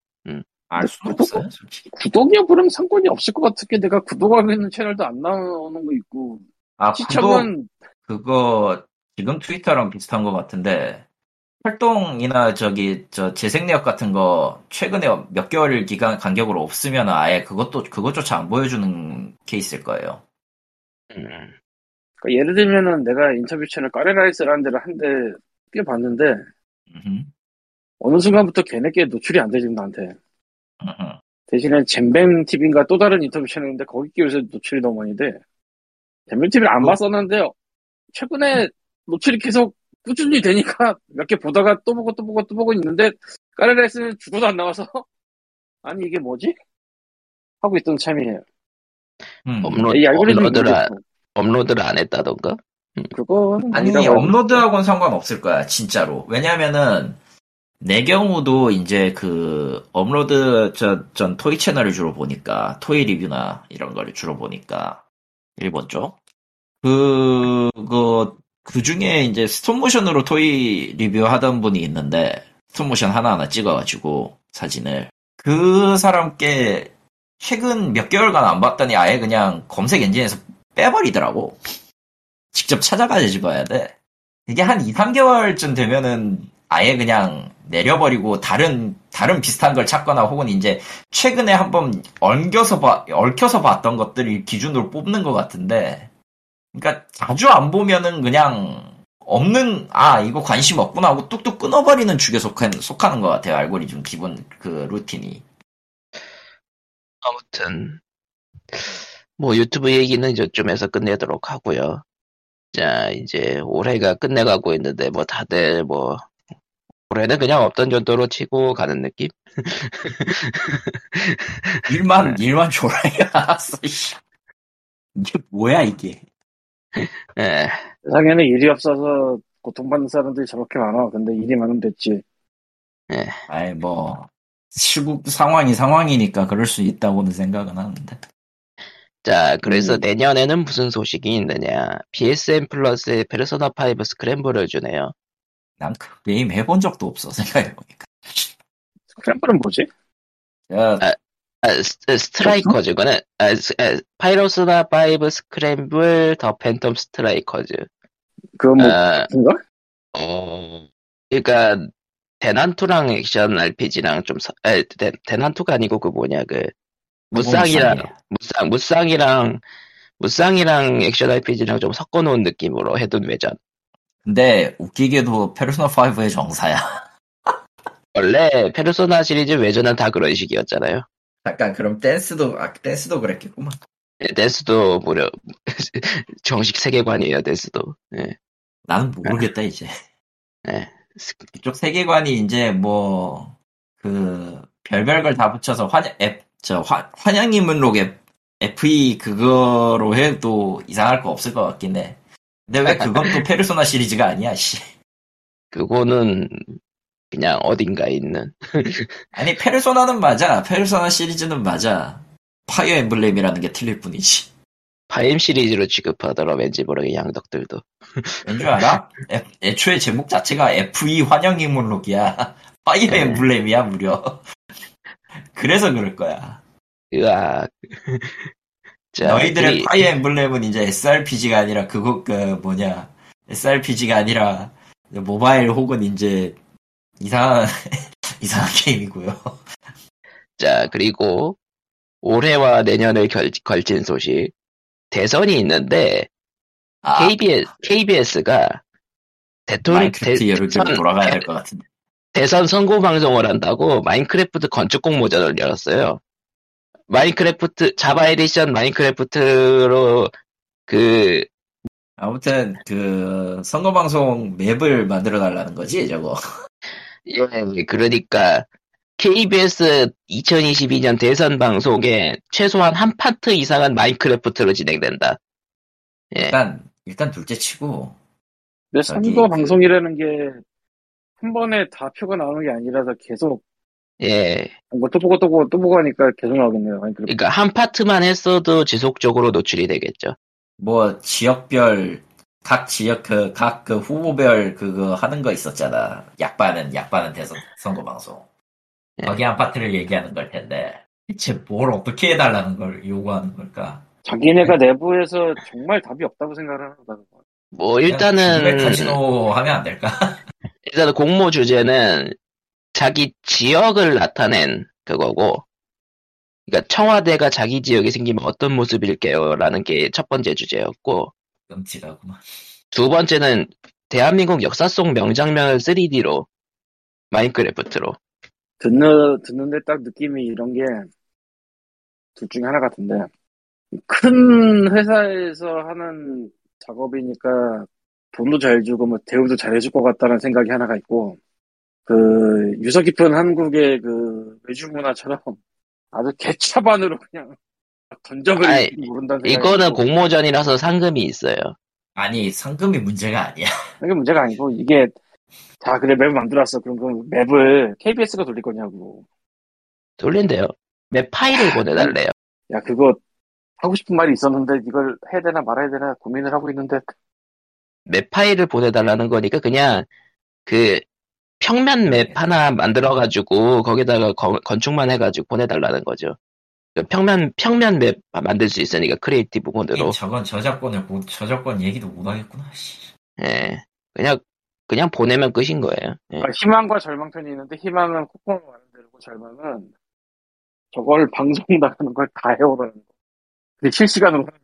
Speaker 4: 알 수는 없어요 솔직히
Speaker 3: 구독 여부랑 상관이 없을 것 같은 게 내가 구독하고 있는 채널도 안 나오는 거 있고,
Speaker 4: 아 구독
Speaker 3: 시청은,
Speaker 4: 그거 지금 트위터랑 비슷한 것 같은데 활동이나 저기 저 재생내역 같은 거 최근에 몇 개월 기간 간격으로 없으면 아예 그것도 그것조차 안 보여주는 케이스일 거예요.
Speaker 1: 음,
Speaker 3: 그러니까 예를 들면은 내가 인터뷰 채널 까레라이스라는 데를 한 대 꽤 봤는데,
Speaker 4: 음흠,
Speaker 3: 어느 순간부터 걔네께 노출이 안 되지, 나한테.
Speaker 4: 음흠.
Speaker 3: 대신에 잼뱅 TV인가 또 다른 인터뷰 채널인데 거기 끼워서 노출이 너무 많이 돼. 잼뱅 TV를
Speaker 4: 어.
Speaker 3: 안 봤었는데 최근에 노출이 계속 꾸준히 되니까 몇 개 보다가 또 보고 또 보고 또 보고 있는데 까레레스는 죽어도 안 나와서 아니 이게 뭐지? 하고 있던 참이에요.
Speaker 4: 음.
Speaker 1: 업로드
Speaker 4: 어,
Speaker 3: 이 알고리즘이
Speaker 1: 업로드라
Speaker 3: 문제고.
Speaker 1: 업로드를 안 했다던가?
Speaker 3: 그건
Speaker 4: 아니
Speaker 3: 아니라고
Speaker 4: 업로드하고는 상관없을 거야 진짜로 왜냐면은 내 경우도 이제 그 업로드 전, 전 토이 채널을 주로 보니까 토이 리뷰나 이런 거를 주로 보니까 일본 쪽 그, 그거 그 중에 이제 스톱모션으로 토이 리뷰 하던 분이 있는데 스톱모션 하나하나 찍어가지고 사진을 그 사람께 최근 몇 개월간 안 봤더니 아예 그냥 검색 엔진에서 빼버리더라고 직접 찾아가야지 봐야 돼. 이게 한 2, 3개월쯤 되면은 아예 그냥 내려버리고 다른, 다른 비슷한 걸 찾거나 혹은 이제 최근에 한번 엉겨서 봐, 얽혀서 봤던 것들을 기준으로 뽑는 것 같은데. 그러니까 자주 안 보면은 그냥 없는, 아, 이거 관심 없구나 하고 뚝뚝 끊어버리는 축에 속한, 속하는 것 같아요. 알고리즘 기본 그 루틴이.
Speaker 1: 아무튼 뭐 유튜브 얘기는 저쯤에서 끝내도록 하고요. 자 이제 올해가 끝내가고 있는데 뭐 다들 뭐 올해는 그냥 없던 정도로 치고 가는 느낌?
Speaker 4: 일만, 일만 졸아야 알았어, 씨. 네. 이게 뭐야, 이게.
Speaker 1: 예.
Speaker 3: 세상에는 일이 없어서 고통받는 사람들이 저렇게 많아. 근데 일이 많으면 됐지.
Speaker 4: 아이 뭐 시국 상황이 상황이니까 그럴 수 있다고는 생각은 하는데
Speaker 1: 자 그래서
Speaker 3: 음.
Speaker 1: 내년에는 무슨 소식이 있느냐? PSN 플러스에 페르소나 5 스크램블을 주네요.
Speaker 4: 난 그 게임 해본 적도 없어 생각해보니까
Speaker 3: 스크램블은 뭐지?
Speaker 4: 야,
Speaker 1: 아, 스, 트라이커즈거
Speaker 3: 그렇죠?
Speaker 1: 는 아, 스- 아, 파이로스나 5 스크램블 더 팬텀 스트라이커즈.
Speaker 3: 그건 뭐,
Speaker 1: 아,
Speaker 3: 뭔가?
Speaker 1: 어, 그러니까 대난투랑 액션 RPG랑 좀 서, 에, 대, 대난투가 아니고 그 뭐냐 그 무쌍이랑
Speaker 4: 뭐 무쌍이야.
Speaker 1: 무쌍 무쌍이랑 무쌍이랑 액션 RPG랑 좀 섞어놓은 느낌으로 해둔 외전.
Speaker 4: 근데 웃기게도 페르소나 5의 정사야
Speaker 1: 원래 페르소나 시리즈 외전은 다 그런 식이었잖아요.
Speaker 4: 약간 그럼 댄스도 아 댄스도 그랬겠구만
Speaker 1: 예, 데스도 무려 정식 세계관이에요. 데스도. 예.
Speaker 4: 나는 모르겠다 이제
Speaker 1: 네.
Speaker 4: 이쪽 세계관이 이제 뭐 그 별별 걸 다 붙여서 환영 앱저 환영이 문록 앱 FE 그거로 해도 이상할 거 없을 것 같긴 해 근데 왜 그건 또 페르소나 시리즈가 아니야 씨
Speaker 1: 그거는 그냥 어딘가 있는.
Speaker 4: 아니 페르소나는 맞아 페르소나 시리즈는 맞아 파이어 엠블렘이라는 게 틀릴 뿐이지
Speaker 1: 파임 시리즈로 취급하더라 왠지 모르게 양덕들도.
Speaker 4: 왠줄 알아? 애, 애초에 제목 자체가 FE 환영 인물록이야 파이어
Speaker 1: 네.
Speaker 4: 엠블렘이야 무려 그래서 그럴 거야
Speaker 1: 으악. 자,
Speaker 4: 너희들의
Speaker 1: 이-
Speaker 4: 파이어 엠블렘은 이제 SRPG가 아니라 그거 그 뭐냐 SRPG가 아니라 모바일 혹은 이제 이상한 이상한 게임이고요
Speaker 1: 자, 그리고 올해와 내년을 결, 걸친 소식. 대선이 있는데,
Speaker 4: 아
Speaker 1: KBS, KBS가 대통령, 대,
Speaker 4: 마인크래프트 예를 들어
Speaker 1: 대선-
Speaker 4: 돌아가야 될 것 같은데
Speaker 1: 대선 선거 방송을 한다고 마인크래프트 건축 공모전을 열었어요. 마인크래프트, 자바 에디션 마인크래프트로 그,
Speaker 4: 아무튼 그 선거 방송 맵을 만들어 달라는 거지 저거.
Speaker 1: 예, 그러니까 KBS 2022년 대선 방송에 최소한 한 파트 이상은 마인크래프트로 진행된다. 예.
Speaker 4: 일단 일단 둘째 치고
Speaker 3: 내
Speaker 4: 저기
Speaker 3: 선거
Speaker 4: 그-
Speaker 3: 방송이라는 게, 한 번에 다 표가 나오는 게 아니라서 계속,
Speaker 1: 예.
Speaker 3: 뭐또 보고 또 보고 또 보고 하니까 계속 나오겠네요. 아니, 그래.
Speaker 1: 그러니까 한 파트만 했어도 지속적으로 노출이 되겠죠.
Speaker 4: 뭐 지역별 각 지역 그 각 그 후보별 그거 하는 거 있었잖아. 약반은 약반은 대선 선거 방송.
Speaker 1: 예.
Speaker 4: 거기 한 파트를 얘기하는 걸 텐데 대체 뭘 어떻게 해달라는 걸 요구하는 걸까?
Speaker 3: 자기네가 내부에서 정말 답이 없다고 생각을 하는 거
Speaker 1: 뭐
Speaker 4: 그냥 왜
Speaker 1: 일단은
Speaker 4: 카지노 하면 안 될까?
Speaker 1: 일단 공모 주제는 자기 지역을 나타낸 그거고, 그러니까 청와대가 자기 지역이 생기면 어떤 모습일게요라는 게 첫 번째 주제였고
Speaker 4: 끔찍하구만.
Speaker 1: 두 번째는 대한민국 역사 속 명장면을 3D로 마인크래프트로
Speaker 3: 듣는, 듣는데 딱 느낌이 이런 게, 둘 중에 하나 같은데, 큰 회사에서 하는 작업이니까, 돈도 잘 주고, 뭐, 대우도 잘 해줄 것 같다는 생각이 하나가 있고, 그, 유서 깊은 한국의 그, 외주 문화처럼, 아주 개차반으로 그냥, 던전을
Speaker 1: 아이,
Speaker 3: 모른다는 생각이
Speaker 1: 이거는
Speaker 3: 들고.
Speaker 1: 공모전이라서 상금이 있어요.
Speaker 4: 아니 상금이 문제가 아니야.
Speaker 3: 그게 문제가 아니고 이게 자 그래 맵을 만들었어 그럼 그 맵을 KBS가 돌릴 거냐고
Speaker 1: 돌린대요. 맵 파일을 보내달래요.
Speaker 3: 야 그거 하고 싶은 말이 있었는데 이걸 해야 되나 말아야 되나 고민을 하고 있는데
Speaker 1: 맵 파일을 보내달라는 거니까 그냥 그 평면 맵 하나 만들어가지고 거기다가 거- 건축만 해가지고 보내달라는 거죠. 그 평면 평면 맵 만들 수 있으니까 크리에이티브 모드로.
Speaker 4: 저건 저작권을 고- 저작권 얘기도 못하겠구나. 씨.
Speaker 1: 예. 그냥 그냥 보내면 끝인 거예요. 예.
Speaker 3: 그러니까 희망과 절망 편이 있는데 희망은 콧구멍 마는 데고 절망은 저걸 방송 나가는 걸 다 해오라는 거 근데 실시간으로 하는 거.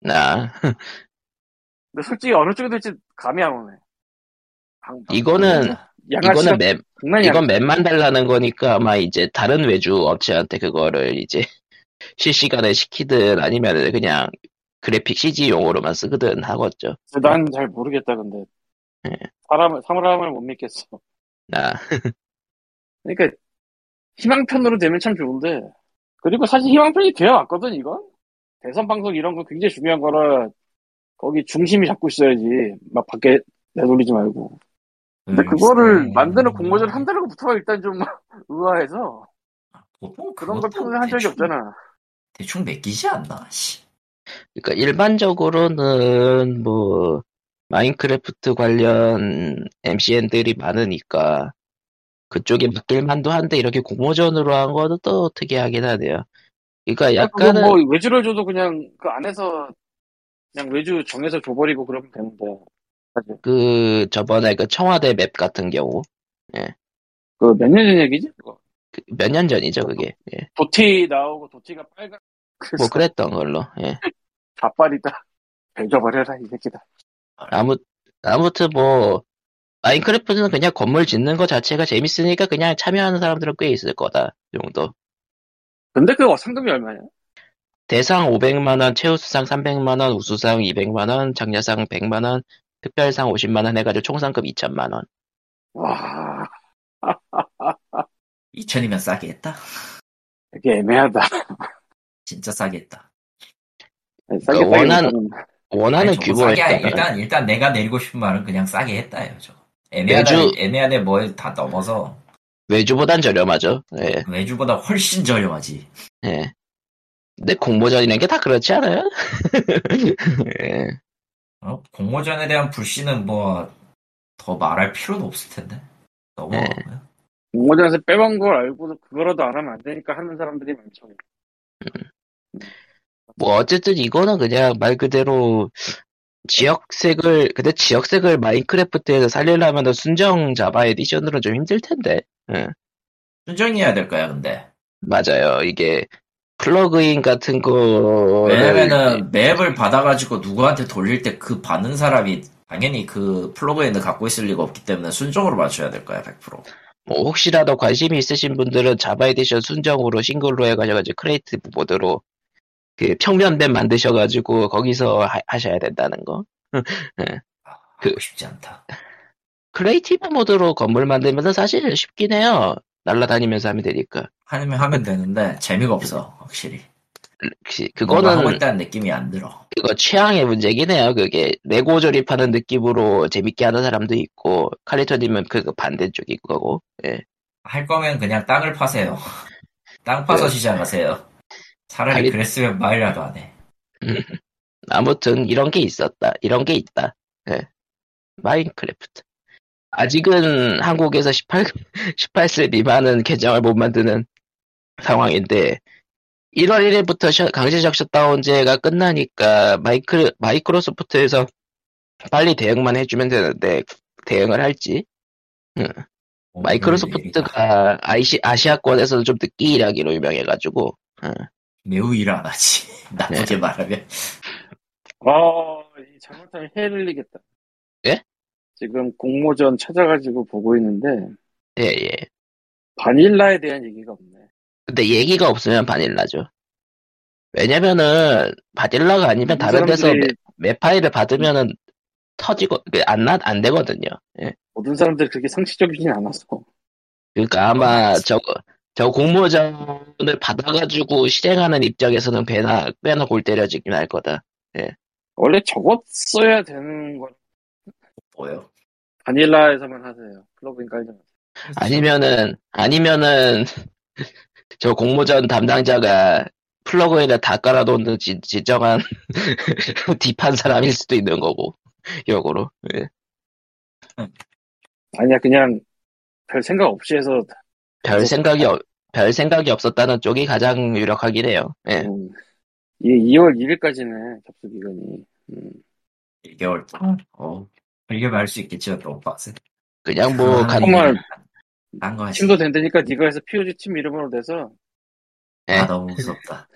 Speaker 1: 나
Speaker 3: 근데 솔직히 어느 쪽이 될지 감이 안 오네 방- 방-
Speaker 1: 이거는
Speaker 3: 양아치가
Speaker 1: 이거는 맵
Speaker 3: 장난이 아니야
Speaker 1: 이건 맵만 달라는 거니까 아마 이제 다른 외주 업체한테 그거를 이제 실시간에 시키든 아니면 그냥 그래픽 CG용으로만 쓰거든 하겠죠.
Speaker 3: 난잘 모르겠다 근데
Speaker 1: 예.
Speaker 3: 사람을 사람을 못 믿겠어
Speaker 1: 나
Speaker 3: 그러니까 희망편으로 되면 참 좋은데 그리고 사실 희망편이 되어 왔거든 이건 대선 방송 이런 거 굉장히 중요한 거라 거기 중심이 잡고 있어야지 막 밖에 내돌리지 말고 근데 그거를
Speaker 4: 음,
Speaker 3: 만드는 공모전 한다는것부터가 일단 좀 의아해서
Speaker 4: 보통
Speaker 3: 그런 걸
Speaker 4: 그것도
Speaker 3: 평소에 한 적이
Speaker 4: 대충-
Speaker 3: 없잖아
Speaker 4: 대충 맡기지 않나. 씨.
Speaker 1: 그러니까 일반적으로는 뭐 마인크래프트 관련 MCN들이 많으니까 그쪽에 맡길 만도 한데 이렇게 공모전으로 한 거는 또 특이하긴 하네요. 그러니까
Speaker 3: 그건
Speaker 1: 약간은
Speaker 3: 뭐 외주를 줘도 그냥 그 안에서 그냥 외주 정해서 줘버리고 그러면 되는데 사실
Speaker 1: 그 저번에 그 청와대 맵 같은 경우
Speaker 3: 그 몇 년 전 얘기지? 그거.
Speaker 1: 몇 년 전이죠 그게 예.
Speaker 3: 도티 나오고 도티가
Speaker 1: 뭐
Speaker 3: 빨간 그래서
Speaker 1: 그랬던 걸로. 예.
Speaker 3: 자빨이다 배져버려라 이 새끼다
Speaker 1: 아무 아무튼 뭐 마인크래프트는 그냥 건물 짓는 거 자체가 재밌으니까 그냥 참여하는 사람들은 꽤 있을 거다 정도.
Speaker 3: 근데 그 상금이 얼마냐?
Speaker 1: 대상 500만 원, 최우수상 300만 원, 우수상 200만 원, 장려상 100만 원, 특별상 50만 원 해가지고 총 상금 2천만 원.
Speaker 3: 와,
Speaker 4: 2천이면 싸게 했다.
Speaker 3: 되게 애매하다.
Speaker 4: 진짜 싸게 했다.
Speaker 3: 싸게
Speaker 1: 원한-
Speaker 3: 싸게 못하는-
Speaker 1: 원하는
Speaker 4: 아니, 저거
Speaker 1: 규모에
Speaker 4: 싸게 아니,
Speaker 1: 따라
Speaker 4: 일단 일단 내가 내리고 싶은 말은 그냥 싸게 했다요. 저 애매하다
Speaker 1: 매주-
Speaker 4: 애매하네 뭘 다 넘어서
Speaker 1: 외주보단 저렴하죠. 예,
Speaker 4: 외주보다 훨씬 저렴하지.
Speaker 1: 예. 근데 공모전이라는 게 다 그렇지 않아요? 예.
Speaker 4: 어? 공모전에 대한 불신은 뭐 더 말할 필요도 없을 텐데 너무
Speaker 1: 네.
Speaker 3: 공모전에서 빼본 걸 알고도 그거라도 안 하면 안 되니까 하는 사람들이 많죠.
Speaker 1: 뭐 어쨌든 이거는 그냥 말 그대로 지역색을 근데 지역색을 마인크래프트에서 살리려면 순정 자바 에디션으로는 좀 힘들 텐데
Speaker 4: 순정해야 될 거야 근데
Speaker 1: 맞아요 이게 플러그인 같은 거
Speaker 4: 왜냐면은 맵을 받아가지고 누구한테 돌릴 때 그 받는 사람이 당연히 그 플러그인을 갖고 있을 리가 없기 때문에 순정으로 맞춰야 될 거야 100%.
Speaker 1: 뭐 혹시라도 관심이 있으신 분들은 자바 에디션 순정으로 싱글로 해가지고 크리에이트 모드로 그 평면맵 만드셔가지고 거기서 하, 셔야 된다는 거
Speaker 4: 아,
Speaker 1: 그-
Speaker 4: 하고 싶지 않다.
Speaker 1: 크리에이티브 모드로 건물 만들면서 사실 쉽긴 해요 날라다니면서 하면 되니까
Speaker 4: 하면 하면 되는데 재미가 없어 확실히.
Speaker 1: 혹시
Speaker 4: 뭔가 하고
Speaker 1: 그거는
Speaker 4: 있다는 느낌이 안 들어.
Speaker 1: 그거 취향의 문제긴 해요. 그게 레고 조립하는 느낌으로 재밌게 하는 사람도 있고 칼리토님은 그 반대쪽인 거고. 예.
Speaker 4: 할 거면 그냥 땅을 파세요. 땅 파서
Speaker 1: 네.
Speaker 4: 시작하세요. 차라리
Speaker 1: 아니-
Speaker 4: 그랬으면 말이라도 안 해.
Speaker 1: 아무튼 이런 게 있었다. 이런 게 있다. 예. 마인크래프트. 아직은 한국에서 18 18세 미만은 계정을 못 만드는 상황인데 1월 1일부터 강제적 셧다운제가 끝나니까 마이크 마이크로소프트에서 빨리 대응만 해주면 되는데 대응을 할지
Speaker 4: 뭐
Speaker 3: 음,
Speaker 4: 매우 일이다.
Speaker 1: 마이크로소프트가 아시, 아시아권에서는 좀 늦게 일하기로 유명해가지고
Speaker 4: 매우 일 안 하지.
Speaker 1: 네.
Speaker 4: 나쁘게 말하면
Speaker 3: 아, 이 잘못하면 해를 흘리겠다.
Speaker 1: 예?
Speaker 3: 지금 공모전 찾아가지고 보고 있는데
Speaker 1: 예예
Speaker 3: 바닐라에 대한 얘기가 없네.
Speaker 1: 근데 얘기가 없으면 바닐라죠 왜냐면은 바닐라가 아니면 다른 데서
Speaker 3: 사람들이-
Speaker 1: 맵, 맵 파일을 받으면은 터지고 그 안, 나- 안 되거든요 예.
Speaker 3: 모든 사람들이 그렇게 상식적이진 않아서
Speaker 1: 그러니까 아마 저거 저 공모전 돈을 받아가지고 실행하는 입장에서는 꽤나, 꽤나 골 때려지긴 할 거다.
Speaker 3: 원래 저것 써야 되는 건
Speaker 4: 뭐요?
Speaker 3: 바닐라에서만 하세요. 플러그인 깔지 마세요.
Speaker 1: 아니면은, 아니면은, 저 공모전 담당자가 플러그인을 다 깔아놓는 지, 지정한 딥한 사람일 수도 있는 거고, 역으로. 예.
Speaker 3: 아니야, 그냥 별 생각 없이 해서 어.
Speaker 1: 별 생각이, 없- 별 생각이 없었다는 쪽이 가장 유력하긴 해요. 예.
Speaker 3: 음, 이게 2월 1일까지네 접수 기간이. 음,
Speaker 4: 1개월 동안? 어,
Speaker 2: 별개만 할 수 있겠지만 너무 빡세.
Speaker 1: 그냥 뭐,
Speaker 4: 뭐, 아,
Speaker 1: 간,
Speaker 3: 정말
Speaker 4: 딴거 하지.
Speaker 3: 팀도 된다니까 네가 해서 POG 팀 이름으로 내서
Speaker 1: 예.
Speaker 4: 아, 너무 무섭다.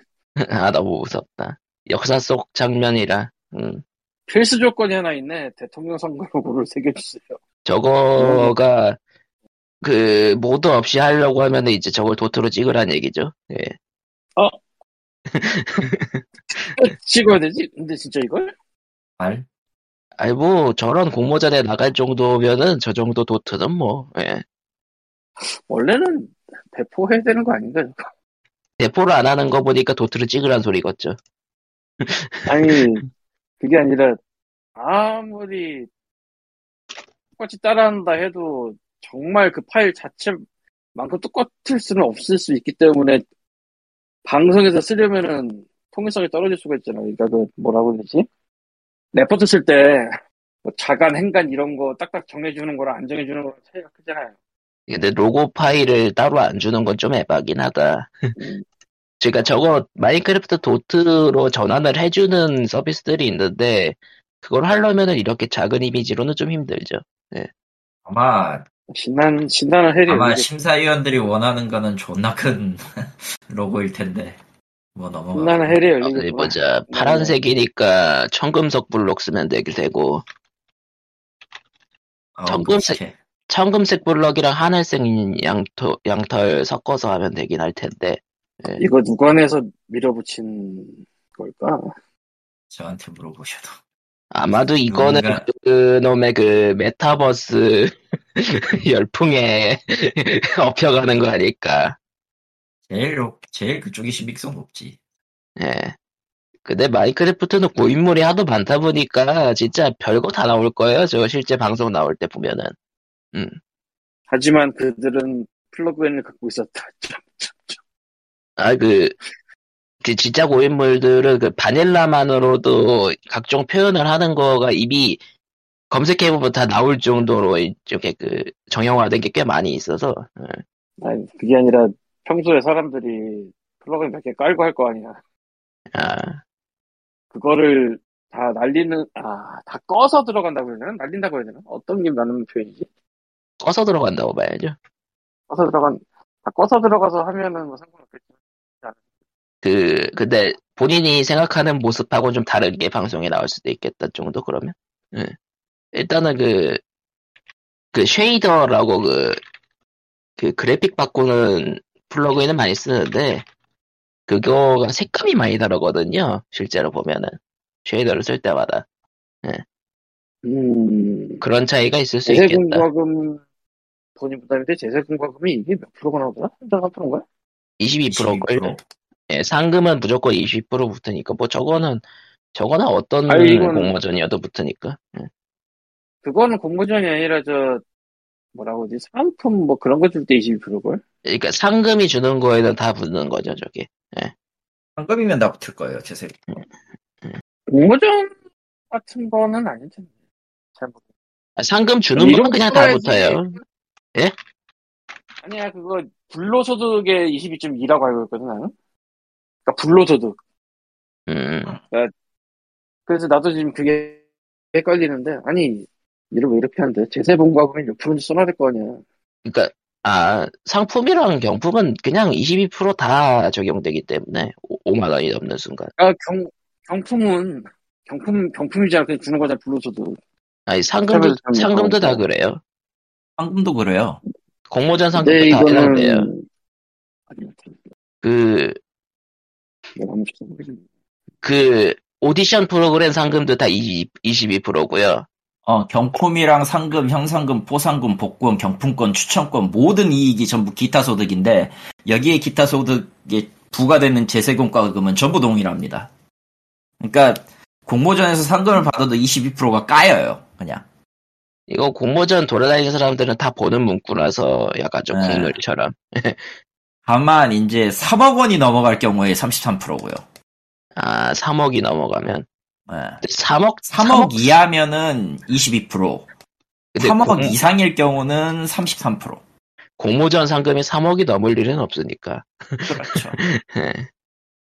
Speaker 1: 아, 너무 무섭다. 역사 속 장면이라. 음.
Speaker 3: 필수 조건이 하나 있네. 대통령 선거로 골을 새겨주세요. 음.
Speaker 1: 저거가 그 모드 없이 하려고 하면 이제 저걸 도트로 찍으란 얘기죠. 예.
Speaker 3: 찍어야 되지? 근데 진짜 이걸?
Speaker 4: 말?
Speaker 1: 아니 뭐 저런 공모전에 나갈 정도면은 저 정도 도트는 뭐 예.
Speaker 3: 원래는 배포해야 되는 거 아닌가? 이거?
Speaker 1: 대포를 안 하는 거 보니까 도트를 찍으란 소리겠죠.
Speaker 3: 아니 그게 아니라 아무리 똑같이 따라한다 해도 정말 그 파일 자체만큼 똑같을 수는 없을 수 있기 때문에 방송에서 쓰려면은 통일성이 떨어질 수가 있잖아. 그러니까 그 뭐라고 해야 되지? 레포트 쓸 때뭐 자간 행간 이런 거 딱딱 정해주는 거랑 안 정해주는 거랑 차이가 크잖아요.
Speaker 1: 근데 로고 파일을 따로 안 주는 건 좀 에바긴 하다.
Speaker 3: 음.
Speaker 1: 그러니까 저거 마인크래프트 도트로 전환을 해주는 서비스들이 있는데 그걸 하려면은 이렇게 작은 이미지로는 좀 힘들죠.
Speaker 4: 아마,
Speaker 3: 신난 신나는 해리.
Speaker 4: 아마 심사위원들이 원하는 거는 존나 큰 로고일 텐데. 뭐 넘어가.
Speaker 3: 신나는 음. 해리
Speaker 1: 아,
Speaker 3: 열리고.
Speaker 1: 어디 보자. 파란색이니까 청금석 블록 쓰면 되길 되고
Speaker 4: 어,
Speaker 1: 청금색.
Speaker 4: 묵직해.
Speaker 1: 청금색 블록이랑 하늘색 양토, 양털 섞어서 하면 되긴 할 텐데
Speaker 3: 이거 누가 내서 밀어붙인 걸까?
Speaker 4: 저한테 물어보셔도.
Speaker 1: 아마도 이거는
Speaker 4: 뭔가-
Speaker 1: 그놈의 그 메타버스 열풍에 업혀가는 거 아닐까.
Speaker 4: 제일, 높- 제일 그쪽이 신빙성 높지.
Speaker 1: 예. 근데 마인크래프트는 고인물이 하도 많다 보니까 진짜 별거 다 나올 거예요. 저 실제 방송 나올 때 보면은.
Speaker 3: 하지만 그들은 플러그인을 갖고 있었다. 참, 참, 참.
Speaker 1: 아, 그, 그 진짜 고인물들은 그 바닐라만으로도 각종 표현을 하는 거가 이미 검색해보면 다 나올 정도로 이렇게 그 정형화된 게 꽤 많이 있어서. 어.
Speaker 3: 아니, 그게 아니라 평소에 사람들이 플러그인 몇 개 깔고 할 거 아니야.
Speaker 1: 아,
Speaker 3: 그거를 다 날리는, 아, 다 꺼서 들어간다고 해야 되나? 날린다고 해야 되나? 어떤 게 나는 표현이지?
Speaker 1: 꺼서 들어간다고 봐야죠.
Speaker 3: 꺼서 들어간, 다 꺼서 들어가서 하면은 뭐 상관없겠지.
Speaker 1: 그, 근데 본인이 생각하는 모습하고는 좀 다른 게 방송에 나올 수도 있겠다 정도 그러면. 예. 일단은 그, 그 쉐이더라고 그, 그 그래픽 바꾸는 플러그인은 많이 쓰는데, 그거가 색감이 많이 다르거든요. 실제로 보면은. 쉐이더를 쓸 때마다.
Speaker 3: 음,
Speaker 1: 그런 차이가 있을 수 있겠다.
Speaker 3: 뭐 재세금과금, 본인 부담인데 재세금과금이 이게 몇 프로가 나오더라? 3.4 프로인가?
Speaker 1: 22%걸. 예, 상금은 무조건 20% 붙으니까, 뭐 저거는, 저거는 어떤
Speaker 3: 아니, 이거는-
Speaker 1: 공모전이어도 붙으니까. 예.
Speaker 3: 그거는 공모전이 아니라 저, 뭐라고 하지? 상품 뭐 그런 거 줄 때 22%걸?
Speaker 1: 그러니까 상금이 주는 거에는 다 붙는 거죠, 저게.
Speaker 4: 상금이면 다 붙을 거예요, 제 생각.
Speaker 3: 공모전 같은 거는 아닐 텐데. 잘 모르겠어.
Speaker 1: 아, 상금 주는
Speaker 3: 이름
Speaker 1: 건 그냥 다
Speaker 3: 풀어야지.
Speaker 1: 붙어요. 예?
Speaker 3: 아니야, 그거 불로소득의 22.2라고 알고 있거든, 나는. 그러니까 불로소득.
Speaker 1: 음,
Speaker 3: 그래서 나도 지금 그게 헷갈리는데, 아니, 이름 왜 이렇게 하는데? 재세본과금이 몇 프로인지 써놔야 될 거 아니야.
Speaker 1: 그러니까 아 상품이랑 경품은 그냥 22%다 적용되기 때문에 5만 원이 넘는 순간.
Speaker 3: 아, 경, 경품은, 경품, 경품이잖아. 그냥 주는 거잖아, 불로소득.
Speaker 1: 아니 상금도
Speaker 3: 그러면 그럼
Speaker 1: 상금도 다
Speaker 3: 그럼.
Speaker 1: 그래요.
Speaker 4: 상금도 그래요.
Speaker 1: 공모전 상금도
Speaker 3: 근데
Speaker 1: 다
Speaker 3: 이거는,
Speaker 1: 해당돼요.
Speaker 3: 아니,
Speaker 1: 그
Speaker 3: 내가 아무 짓도 모르겠네.
Speaker 1: 그 오디션 프로그램 상금도 다 22%고요.
Speaker 4: 어, 경품이랑 상금, 형상금, 포상금, 복권, 경품권, 추천권 모든 이익이 전부 기타 소득인데 여기에 기타 소득에 부과되는 재세공과금은 전부 동일합니다. 그러니까 공모전에서 상금을 받아도 22%가 까여요. 그냥.
Speaker 1: 이거 공모전 돌아다니는 사람들은 다 보는 문구라서 약간 좀
Speaker 4: 네.
Speaker 1: 국룰처럼.
Speaker 4: 다만 이제 3억 원이 넘어갈 경우에 33%고요.
Speaker 1: 아, 3억이 넘어가면.
Speaker 4: 네.
Speaker 1: 3억,
Speaker 4: 3억 이하면은 22%, 3억
Speaker 1: 공,
Speaker 4: 이상일 경우는 33%.
Speaker 1: 공모전 상금이 3억이 넘을 일은 없으니까.
Speaker 4: 그렇죠.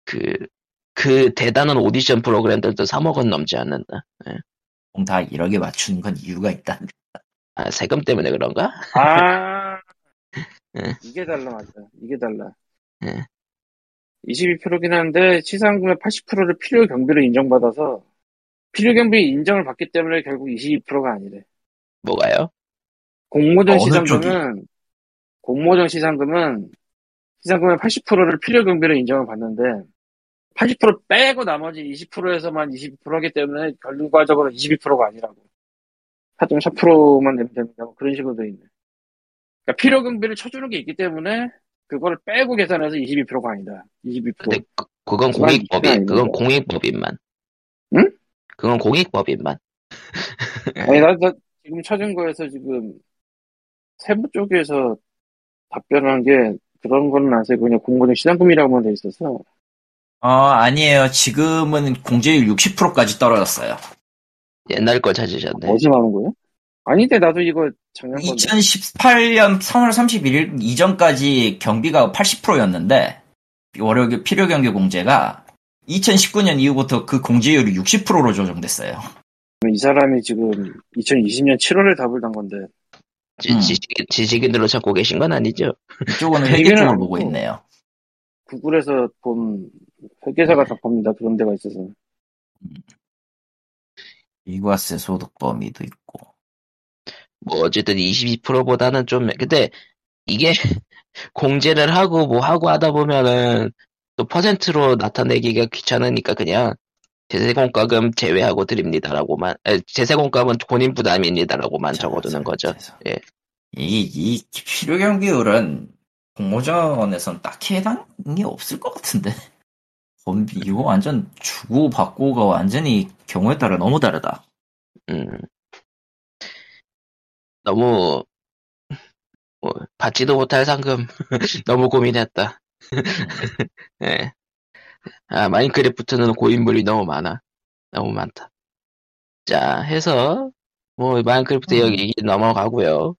Speaker 1: 그, 그 대단한 오디션 프로그램들도 3억은 넘지 않는다.
Speaker 4: 보통 다 이렇게 맞추는 건 이유가 있다.
Speaker 1: 아, 세금 때문에 그런가?
Speaker 3: 아
Speaker 1: 예.
Speaker 3: 이게 달라 맞아 이게 달라
Speaker 1: 예.
Speaker 3: 22%긴 한데 치상금의 80%를 필요 경비로 인정받아서 필요 경비 인정을 받기 때문에 결국 22%가 아니래
Speaker 1: 뭐가요?
Speaker 3: 공모전
Speaker 4: 어느
Speaker 3: 시상금은 공모전 시상금은 시상금의 80%를 필요 경비로 인정을 받는데 80% 빼고 나머지 20%에서만 22%하기 때문에 결과적으로 22%가 아니라고 4.4%만 내면 된다고 그런 식으로 돼 있네. 그러니까 필요 경비를 쳐주는 게 있기 때문에 그거를 빼고 계산해서 22%가 아니다. 22%.
Speaker 1: 근데 그, 그건
Speaker 3: 그건
Speaker 1: 공익법이,
Speaker 3: 아니죠.
Speaker 1: 그건 공익법인만.
Speaker 3: 응?
Speaker 1: 그건 공익법인만.
Speaker 3: 아니 나, 나 지금 찾은 거에서 지금 세부 쪽에서 답변한 게 그런 거는 안 쓰고 그냥 공모전 시장금이라고만 돼 있어서
Speaker 4: 어, 아니에요. 지금은 공제율 60%까지 떨어졌어요.
Speaker 1: 옛날 거 찾으셨네.
Speaker 3: 어디서 나온 거예요? 아닌데 나도 이거 작년 건
Speaker 4: 2018년 3월 31일 이전까지 경비가 80%였는데 월요일 필요 경비 공제가 2019년 이후부터 그 공제율이 60%로 조정됐어요.
Speaker 3: 이 사람이 지금 2020년 7월에 답을 단 건데
Speaker 1: 지,
Speaker 4: 음.
Speaker 1: 지식인, 지식인으로 찾고 계신 건 아니죠?
Speaker 4: 이쪽은
Speaker 3: 얘기는
Speaker 4: 회계 쪽을
Speaker 3: 안
Speaker 4: 보고
Speaker 3: 하고.
Speaker 4: 있네요.
Speaker 3: 구글에서 본 회계사가 다 겁니다 그런 데가 있어서
Speaker 4: 이과세 소득 범위도 있고.
Speaker 1: 뭐 어쨌든 22%보다는 좀 근데 이게 공제를 하고 뭐 하고 하다 보면은 또 퍼센트로 나타내기가 귀찮으니까 그냥 재세공과금 제외하고 드립니다라고만 에, 재세공과금은 본인 부담입니다라고만 적어두는 거죠. 예.
Speaker 4: 이, 이 필요 경비율은 공모전에선 딱히 해당이 없을 것 같은데. 범위, 이거 완전 주고받고가 완전히 경우에 따라 너무 다르다.
Speaker 1: 음. 너무 뭐 받지도 못할 상금 너무 고민했다. 예. 아 마인크래프트는 고인물이 너무 많아. 너무 많다. 자 해서 뭐 마인크래프트
Speaker 4: 음.
Speaker 1: 여기 넘어가고요.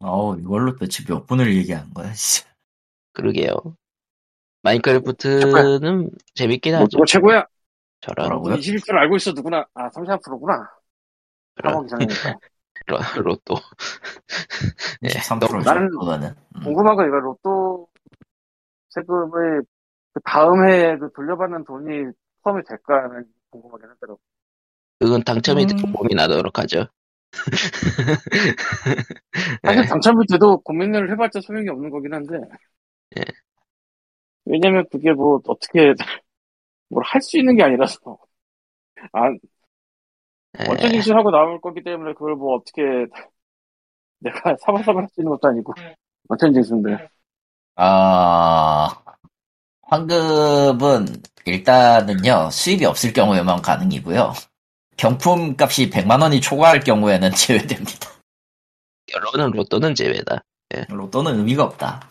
Speaker 4: 어우, 이걸로 도대체 몇 분을 얘기한 거야, 씨.
Speaker 1: 그러게요. 마인크래프트는 재밌긴
Speaker 3: 뭐
Speaker 1: 하죠.
Speaker 3: 누가 최고야?
Speaker 1: 저런
Speaker 4: 뭐라고요?
Speaker 3: 21% 알고 있어 누구나 아 33%구나
Speaker 1: 그런
Speaker 3: 3억 이상이니까
Speaker 1: 로- 로또. 예,
Speaker 4: 23%죠,
Speaker 3: 나는-
Speaker 4: 그거는. 음.
Speaker 3: 궁금한 거 이거 로또 세금을 그 다음 해에 그 돌려받는 돈이 포함이 될까 하는 게 궁금하긴 하더라고
Speaker 1: 그건 당첨이 되고
Speaker 4: 음.
Speaker 1: 고민하도록 하죠.
Speaker 4: 예.
Speaker 3: 사실 당첨이 돼도 고민을 해봤자 소용이 없는 거긴 한데.
Speaker 1: 예.
Speaker 3: 왜냐면 그게 뭐 어떻게 뭘 할 수 있는 게 아니라서. 안,
Speaker 1: 예.
Speaker 3: 어쩐 짓을 하고 나올 거기 때문에 그걸 뭐 어떻게 내가 사발사발 할 수 있는 것도 아니고. 어쩐 짓인데.
Speaker 4: 아, 환급은 일단은요, 수입이 없을 경우에만 가능이고요. 경품 값이 100만원이 초과할 경우에는 제외됩니다.
Speaker 1: 결론은 로또는 제외다.
Speaker 4: 로또는 의미가 없다.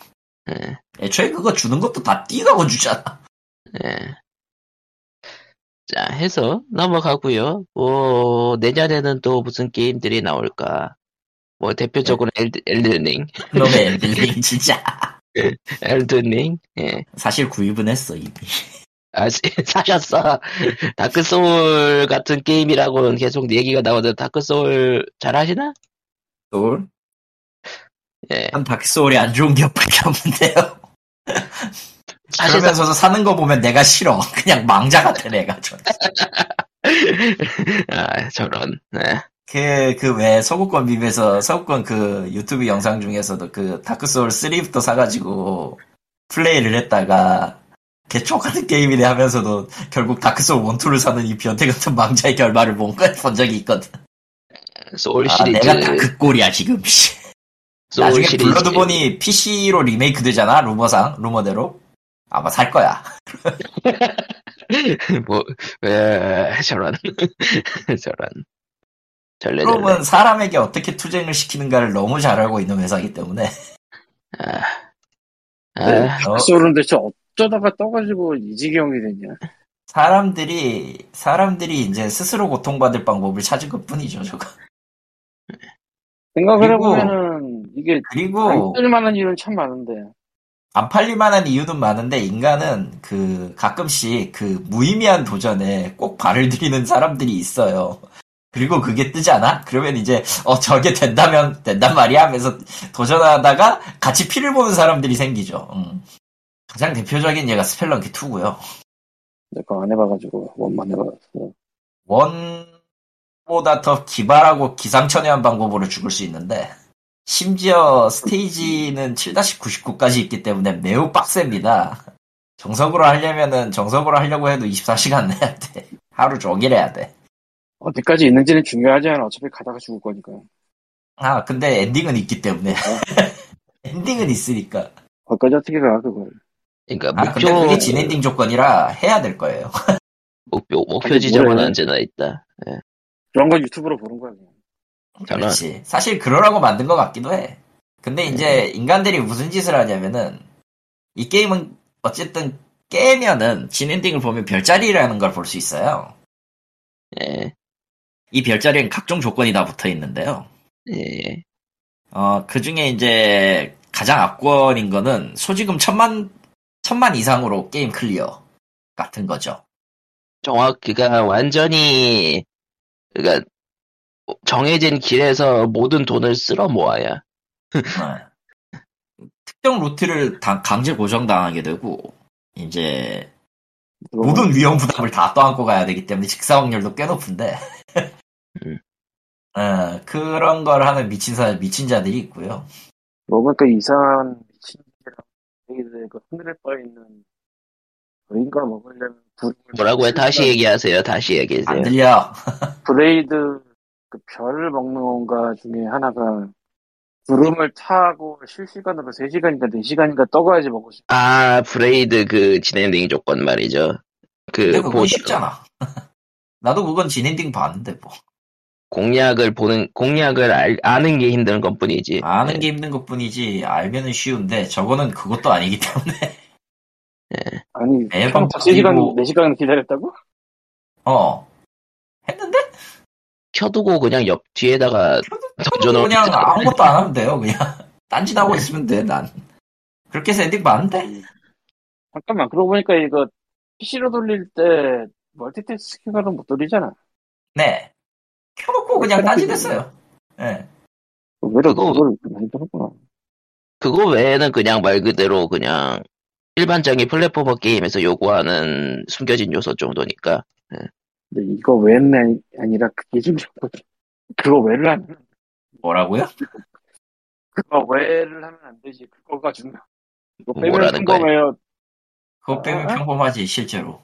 Speaker 1: 예.
Speaker 4: 애초에 그거 주는 것도 다 띠라고 주잖아.
Speaker 1: 예. 자, 해서 넘어가고요. 뭐 내년에는 또 무슨 게임들이 나올까? 뭐 대표적으로
Speaker 4: 네.
Speaker 1: 엘드, 엘든링,
Speaker 4: 그놈의 엘든링 진짜.
Speaker 1: 엘든링. 예.
Speaker 4: 사실 구입은 했어, 이미.
Speaker 1: 아, 시- 사셨어. 다크 소울 같은 게임이라고는 계속 얘기가 나오는데 다크 소울 잘 하시나?
Speaker 4: 소울?
Speaker 1: 예.
Speaker 4: 한 다크소울이 안 좋은 기억밖에 없는데요.
Speaker 1: 아, 사실상
Speaker 4: 그러면서도 사는 거 보면 내가 싫어. 그냥 망자 같아, 내가. 좀.
Speaker 1: 아, 저런. 예.
Speaker 4: 그, 그 왜, 서구권 밈에서, 서구권 그 유튜브 영상 중에서도 그 다크소울 3부터 사가지고 플레이를 했다가 개초 같은 게임이네 하면서도 결국 다크소울 1, 2를 사는 이 변태 같은 망자의 결말을 본, 거- 본 적이 있거든.
Speaker 1: 소울
Speaker 4: 아,
Speaker 1: 시리즈
Speaker 4: 내가 다 그 꼴이야 지금. 씨.
Speaker 1: 소울
Speaker 4: 나중에
Speaker 1: 시리즈
Speaker 4: 블러드본이 PC로 리메이크 되잖아 루머상 루머대로 아마 살 거야.
Speaker 1: 뭐, 에, 저런. 저런. 절레절레.
Speaker 4: 프롬은 사람에게 어떻게 투쟁을 시키는가를 너무 잘 알고 있는 회사이기 때문에
Speaker 3: 네.
Speaker 1: 아,
Speaker 4: 어,
Speaker 3: 소울은 대체 어쩌다가 떠가지고 이 지경이 됐냐.
Speaker 4: 사람들이 사람들이 이제 스스로 고통받을 방법을 찾은 것뿐이죠 저거.
Speaker 3: 생각을
Speaker 4: 그리고-
Speaker 3: 해보면은 이게 안
Speaker 4: 그리고
Speaker 3: 쓸만한 이유는 참 많은데.
Speaker 4: 안 팔릴 만한 이유는 많은데 인간은 그 가끔씩 그 무의미한 도전에 꼭 발을 들이는 사람들이 있어요. 그리고 그게 뜨잖아? 그러면 이제 어 저게 된다면 된단 말이야 하면서 도전하다가 같이 피를 보는 사람들이 생기죠. 음. 가장 대표적인 얘가 스펠런키 2고요.
Speaker 3: 내가 안 해봐가지고 원만 해봐가지고.
Speaker 4: 원보다 더 기발하고 기상천외한 방법으로 죽을 수 있는데 심지어 스테이지는 7-99까지 있기 때문에 매우 빡셉니다. 정석으로 하려면은 정석으로 하려고 해도 24시간 내야 돼. 하루 종일 해야 돼.
Speaker 3: 어디까지 있는지는 중요하지 않아. 어차피 가다가 죽을 거니까.
Speaker 4: 아 근데 엔딩은 있기
Speaker 1: 어?
Speaker 4: 때문에 엔딩은 있으니까.
Speaker 3: 거기까지 어떻게 가 그걸.
Speaker 1: 그러니까
Speaker 4: 아 근데
Speaker 1: 목표,
Speaker 4: 그게 진엔딩 조건이라 해야 될 거예요.
Speaker 1: 목표, 목표
Speaker 3: 아니,
Speaker 1: 지점은
Speaker 3: 뭐래.
Speaker 1: 언제나 있다.
Speaker 3: 그런 건 유튜브로 보는 거야 그냥.
Speaker 1: 저는-
Speaker 4: 그렇지. 사실 그러라고 만든 것 같기도 해. 근데
Speaker 1: 네.
Speaker 4: 이제 인간들이 무슨 짓을 하냐면은 이 게임은 어쨌든 깨면은 진엔딩을 보면 별자리라는 걸 볼 수 있어요.
Speaker 1: 예,
Speaker 4: 이 별자리엔 각종 조건이 다 붙어 있는데요.
Speaker 1: 예,
Speaker 4: 어, 그 중에 이제 가장 압권인 거는 소지금 천만, 천만 이상으로 게임 클리어 같은 거죠.
Speaker 1: 정확히가 완전히, 그러니까, 정해진 길에서 모든 돈을 쓸어 모아야.
Speaker 4: 네. 특정 루트를 다- 강제 고정당하게 되고, 이제
Speaker 1: 어.
Speaker 3: 그거
Speaker 4: 모든 위험 부담을 다 떠안고 가야 되기 때문에 직사 확률도 꽤 높은데.
Speaker 1: 음.
Speaker 4: 어, 그런 걸 하는 미친 사 미친 자들이 있고요.
Speaker 3: 뭔가 그 이상한 미친이랑 애기들 그 하늘에 떠 있는 인가 먹으려면 불
Speaker 1: 뭐라고요? 다시 얘기하세요. 다시
Speaker 4: 안
Speaker 1: 얘기하세요.
Speaker 4: 들려.
Speaker 3: 브레이드 그 별을 먹는 건가 중에 하나가 구름을 타고 실시간으로 3시간인가 4시간인가 떠가야지 먹을 수
Speaker 1: 아, 브레이드 그 진엔딩 조건 말이죠. 그,
Speaker 4: 근데 그건
Speaker 1: 보드-
Speaker 4: 쉽잖아. 나도 그건 진엔딩 봤는데 뭐
Speaker 1: 공략을 보는, 공략을 알- 아는 게 힘든 것 뿐이지.
Speaker 4: 아는 게 힘든 것뿐이지 알면은 쉬운데 저거는 그것도 아니기 때문에
Speaker 3: 아니
Speaker 1: 네,
Speaker 4: 매번
Speaker 3: 형 3시간
Speaker 4: 바뀌고.
Speaker 3: 4시간 기다렸다고?
Speaker 4: 어 했는데
Speaker 1: 켜두고 그냥 옆 뒤에다가 던져놓은
Speaker 4: 그냥 아무것도 안 하면 돼요. 그냥 딴짓 하고 있으면 돼 난. 그렇게 해서 엔딩 봤는데
Speaker 3: 음. 잠깐만 그러고 보니까 이거 PC로 돌릴 때 멀티태스킹으로 못 돌리잖아
Speaker 4: 네 켜놓고
Speaker 1: 아,
Speaker 4: 그냥 딴짓했어요. 예.
Speaker 3: 의외로
Speaker 1: 그거-
Speaker 3: 그걸 많이 들었구나
Speaker 1: 그거 외에는 그냥 말 그대로 그냥 일반적인 플랫포머 게임에서 요구하는 숨겨진 요소 정도니까
Speaker 3: 근데 이거 왜는 아니- 아니라 그게 좀 좋거든. 그거 왜를 하면
Speaker 4: 뭐라고요?
Speaker 3: 그거 왜를 하면 안 되지. 그거가 중요. 그거 빼면
Speaker 1: 뭐라는 거야?
Speaker 3: 평범해요.
Speaker 4: 그거 빼면
Speaker 3: 아?
Speaker 4: 평범하지 실제로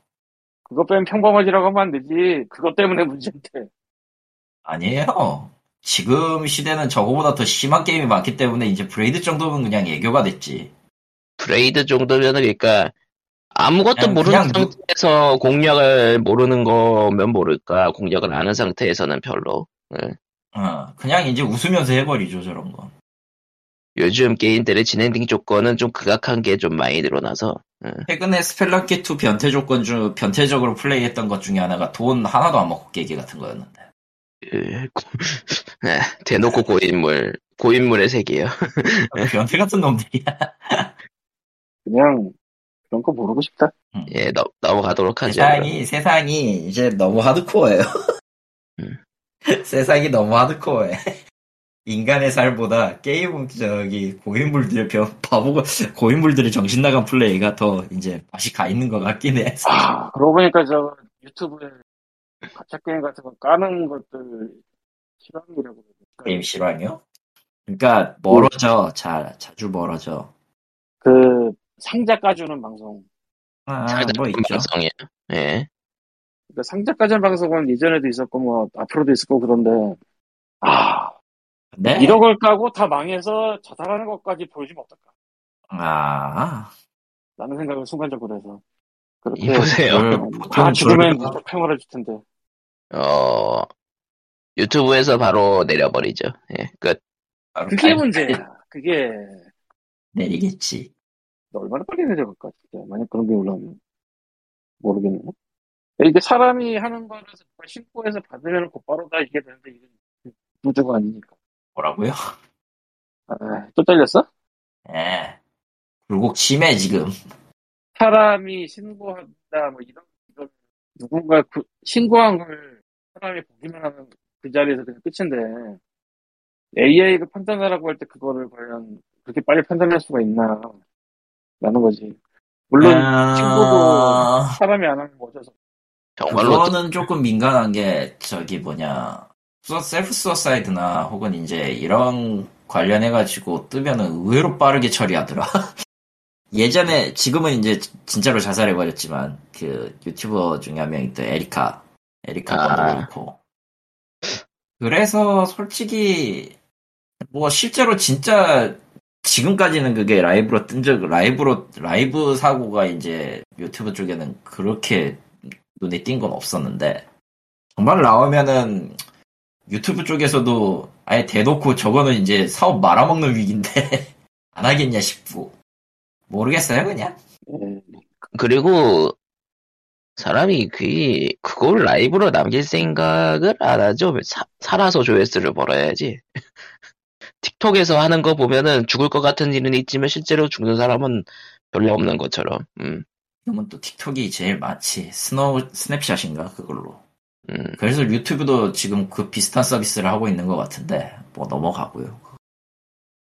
Speaker 3: 그거 빼면 평범하지라고 하면 안 되지. 그것 때문에 문제인데.
Speaker 4: 아니에요 지금 시대는 저거보다 더 심한 게임이 많기 때문에 이제 브레이드 정도면 그냥 애교가 됐지
Speaker 1: 브레이드 정도면은 그러니까 아무것도
Speaker 4: 그냥-
Speaker 1: 모르는
Speaker 4: 그냥 뭐 누-
Speaker 1: 상태에서 공략을 모르는 거면 모를까 공략을 아는 상태에서는 별로
Speaker 4: 어, 그냥 이제 웃으면서 해버리죠 저런 거
Speaker 1: 요즘 게임들의 진행딩 조건은 좀 극악한 게 좀 많이 늘어나서
Speaker 4: 최근에 스펠런키 2 변태 조건 중 변태적으로 플레이했던 것 중에 하나가 돈 하나도 안 먹고 깨기 같은 거였는데
Speaker 1: 예, 고- 예, 대놓고 고인물 고인물의 세계요
Speaker 4: 변태 같은 놈들이야
Speaker 3: 그냥 그런 거 모르고 싶다.
Speaker 1: 예 넘- 넘어가도록 하죠
Speaker 4: 세상이 세상이 이제 너무 하드코어예요
Speaker 1: 음.
Speaker 4: 세상이 너무 하드코어해 인간의 삶보다 게임 저기 고인물들의 변 바보고 고인물들의 정신 나간 플레이가 더 이제 맛이 가 있는 것 같긴 해.
Speaker 3: 아, 그러고 보니까 저 유튜브에 가짜 게임 같은 거 까는 것들 실험이라고.
Speaker 4: 게임 실화요? 그러니까 멀어져 자 자주 멀어져.
Speaker 3: 그 상자 까주는 방송.
Speaker 4: 아,
Speaker 1: 살다
Speaker 4: 뭐
Speaker 1: 보면
Speaker 4: 있죠. 네,
Speaker 1: 방송이에요. 예.
Speaker 3: 그러니까 상자 까주는 방송은 예전에도 있었고 뭐 앞으로도 있을 거 그런데 아,
Speaker 4: 네.
Speaker 3: 1억걸 까고 다 망해서 자살하는 것까지 보여주면 어떨까?
Speaker 4: 아,
Speaker 3: 라는 생각을 순간적으로 해서. 그렇게
Speaker 1: 이보세요.
Speaker 4: 그걸
Speaker 3: 다
Speaker 4: 보통
Speaker 3: 죽으면
Speaker 4: 저를
Speaker 3: 무조건 팽을해줄 텐데.
Speaker 1: 어, 유튜브에서 바로 내려버리죠. 예, 끝.
Speaker 4: 바로
Speaker 3: 그게
Speaker 4: 발-
Speaker 3: 문제야. 그게
Speaker 4: 내리겠지.
Speaker 3: 얼마나 빨리 내려갈까 진짜. 만약 그런 게 올라오면 모르겠네. 근데 이게 사람이 하는 거라서 누가 신고해서 받으면 곧바로 다 이게 되는데 이건 구조가 아니니까.
Speaker 4: 뭐라고요?
Speaker 3: 아, 또 잘렸어?
Speaker 4: 예. 굴곡 심해 지금.
Speaker 3: 사람이 신고한다 뭐 이런 이런 누군가 그- 신고한 걸 사람이 보기만 하면 그 자리에서 그냥 끝인데 AI가 판단하라고 할 때 그거를 과연 그렇게 빨리 판단할 수가 있나 라는 거지 물론 친구도-
Speaker 4: 아,
Speaker 3: 사람이 안 하면 뭐 어쩔 수 없어
Speaker 1: 정말로
Speaker 4: 그거는 조금 민감한 게 저기 뭐냐 수- 셀프 수어사이드나 혹은 이제 이런 관련해 가지고 뜨면은 의외로 빠르게 처리하더라. 예전에 지금은 이제 진짜로 자살해 버렸지만 그 유튜버 중에 한 명이 또 에리카 에리카
Speaker 1: 아.
Speaker 4: 건도 그렇고 그래서 솔직히 뭐 실제로 진짜 지금까지는 그게 라이브로 뜬적 라이브로 라이브 사고가 이제 유튜브 쪽에는 그렇게 눈에 띈 건 없었는데 정말 나오면은 유튜브 쪽에서도 아예 대놓고 저거는 이제 사업 말아먹는 위기인데 안 하겠냐 싶고 모르겠어요 그냥
Speaker 3: 예.
Speaker 1: 그리고 사람이 그 그걸 라이브로 남길 생각을 안 하죠. 사- 살아서 조회수를 벌어야지. 틱톡에서 하는 거 보면은 죽을 것 같은 일은 있지만 실제로 죽는 사람은 별로 없는 것처럼. 음,
Speaker 4: 지금은 또 틱톡이 제일 많지 스노우 스냅샷인가 그걸로
Speaker 1: 음.
Speaker 4: 그래서 유튜브도 지금 그 비슷한 서비스를 하고 있는 것 같은데 뭐 넘어가고요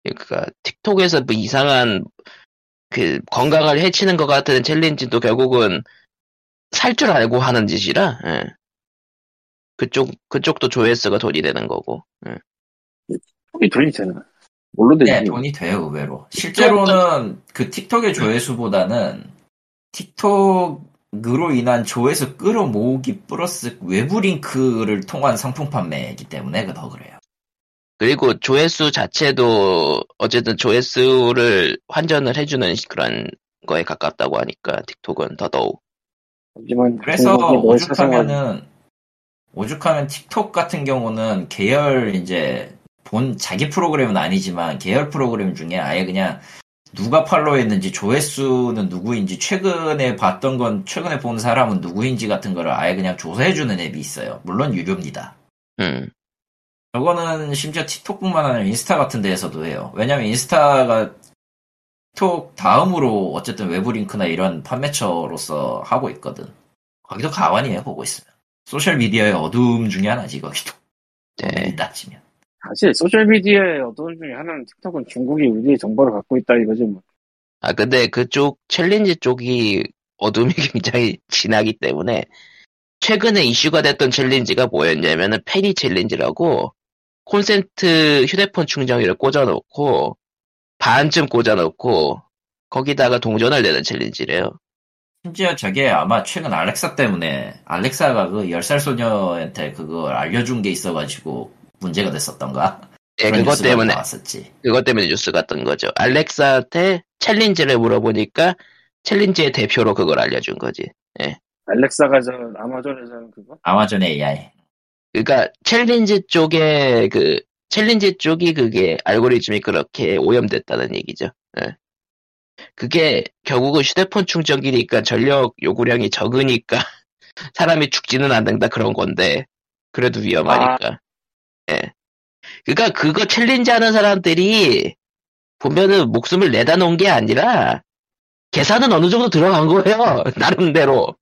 Speaker 1: 그러니까 틱톡에서 뭐 이상한 그 건강을 해치는 것 같은 챌린지도 결국은 살 줄 알고 하는 짓이라. 예. 그쪽 그쪽도 조회수가 돈이 되는 거고. 예.
Speaker 3: 이 돈이 되나 뭘로 되지
Speaker 4: 네, 돈이 돼요, 의외로. 실제로는 그 틱톡의 조회수보다는 틱톡으로 인한 조회수 끌어모으기 플러스 외부 링크를 통한 상품 판매이기 때문에 더 그래요.
Speaker 1: 그리고 조회수 자체도 어쨌든 조회수를 환전을 해주는 시- 그런 거에 가깝다고 하니까 틱톡은 더더욱
Speaker 3: 하지만
Speaker 4: 그래서
Speaker 3: 중국이 너의 세상을
Speaker 4: 오죽하면은, 오죽하면 틱톡 같은 경우는 계열 이제 본 자기 프로그램은 아니지만 계열 프로그램 중에 아예 그냥 누가 팔로우 했는지 조회수는 누구인지 최근에 봤던 건 최근에 본 사람은 누구인지 같은 거를 아예 그냥 조사해주는 앱이 있어요. 물론 유료입니다.
Speaker 1: 음,
Speaker 4: 저거는 심지어 틱톡뿐만 아니라 인스타 같은 데에서도 해요. 왜냐면 인스타가 틱톡 다음으로 어쨌든 외부 링크나 이런 판매처로서 하고 있거든. 거기도 가관이에요, 보고 있으면. 소셜미디어의 어둠 중에 하나지, 거기도.
Speaker 1: 네.
Speaker 4: 낮지면.
Speaker 3: 사실 소셜미디어의 어떤 중에 하나는 틱톡은 중국이 우리의 정보를 갖고 있다 이거지 뭐
Speaker 1: 아 근데 그쪽 챌린지 쪽이 어둠이 굉장히 진하기 때문에 최근에 이슈가 됐던 챌린지가 뭐였냐면은 페리 챌린지라고 콘센트 휴대폰 충전기를 꽂아놓고 반쯤 꽂아놓고 거기다가 동전을 내는 챌린지래요.
Speaker 4: 심지어 저게 아마 최근 알렉사 때문에, 알렉사가 그 10살 소녀한테 그걸 알려준 게 있어가지고 문제가 됐었던가?
Speaker 1: 예,
Speaker 4: 그런
Speaker 1: 그것
Speaker 4: 뉴스가
Speaker 1: 때문에
Speaker 4: 나왔었지.
Speaker 1: 그것 때문에 뉴스 같은 거죠. 알렉사한테 챌린지를 물어보니까 챌린지의 대표로 그걸 알려준 거지.
Speaker 3: 알렉사가 저 아마존에서는 그거
Speaker 4: 아마존 AI.
Speaker 1: 그러니까 챌린지 쪽에 그 챌린지 쪽이 그게 알고리즘이 그렇게 오염됐다는 얘기죠. 예. 그게 결국은 휴대폰 충전기니까 전력 요구량이 적으니까 사람이 죽지는 않는다 그런 건데 그래도 위험하니까. 예. 그러니까 그거 챌린지 하는 사람들이 보면은 목숨을 내다 놓은 게 아니라 계산은 어느 정도 들어간 거예요 나름대로.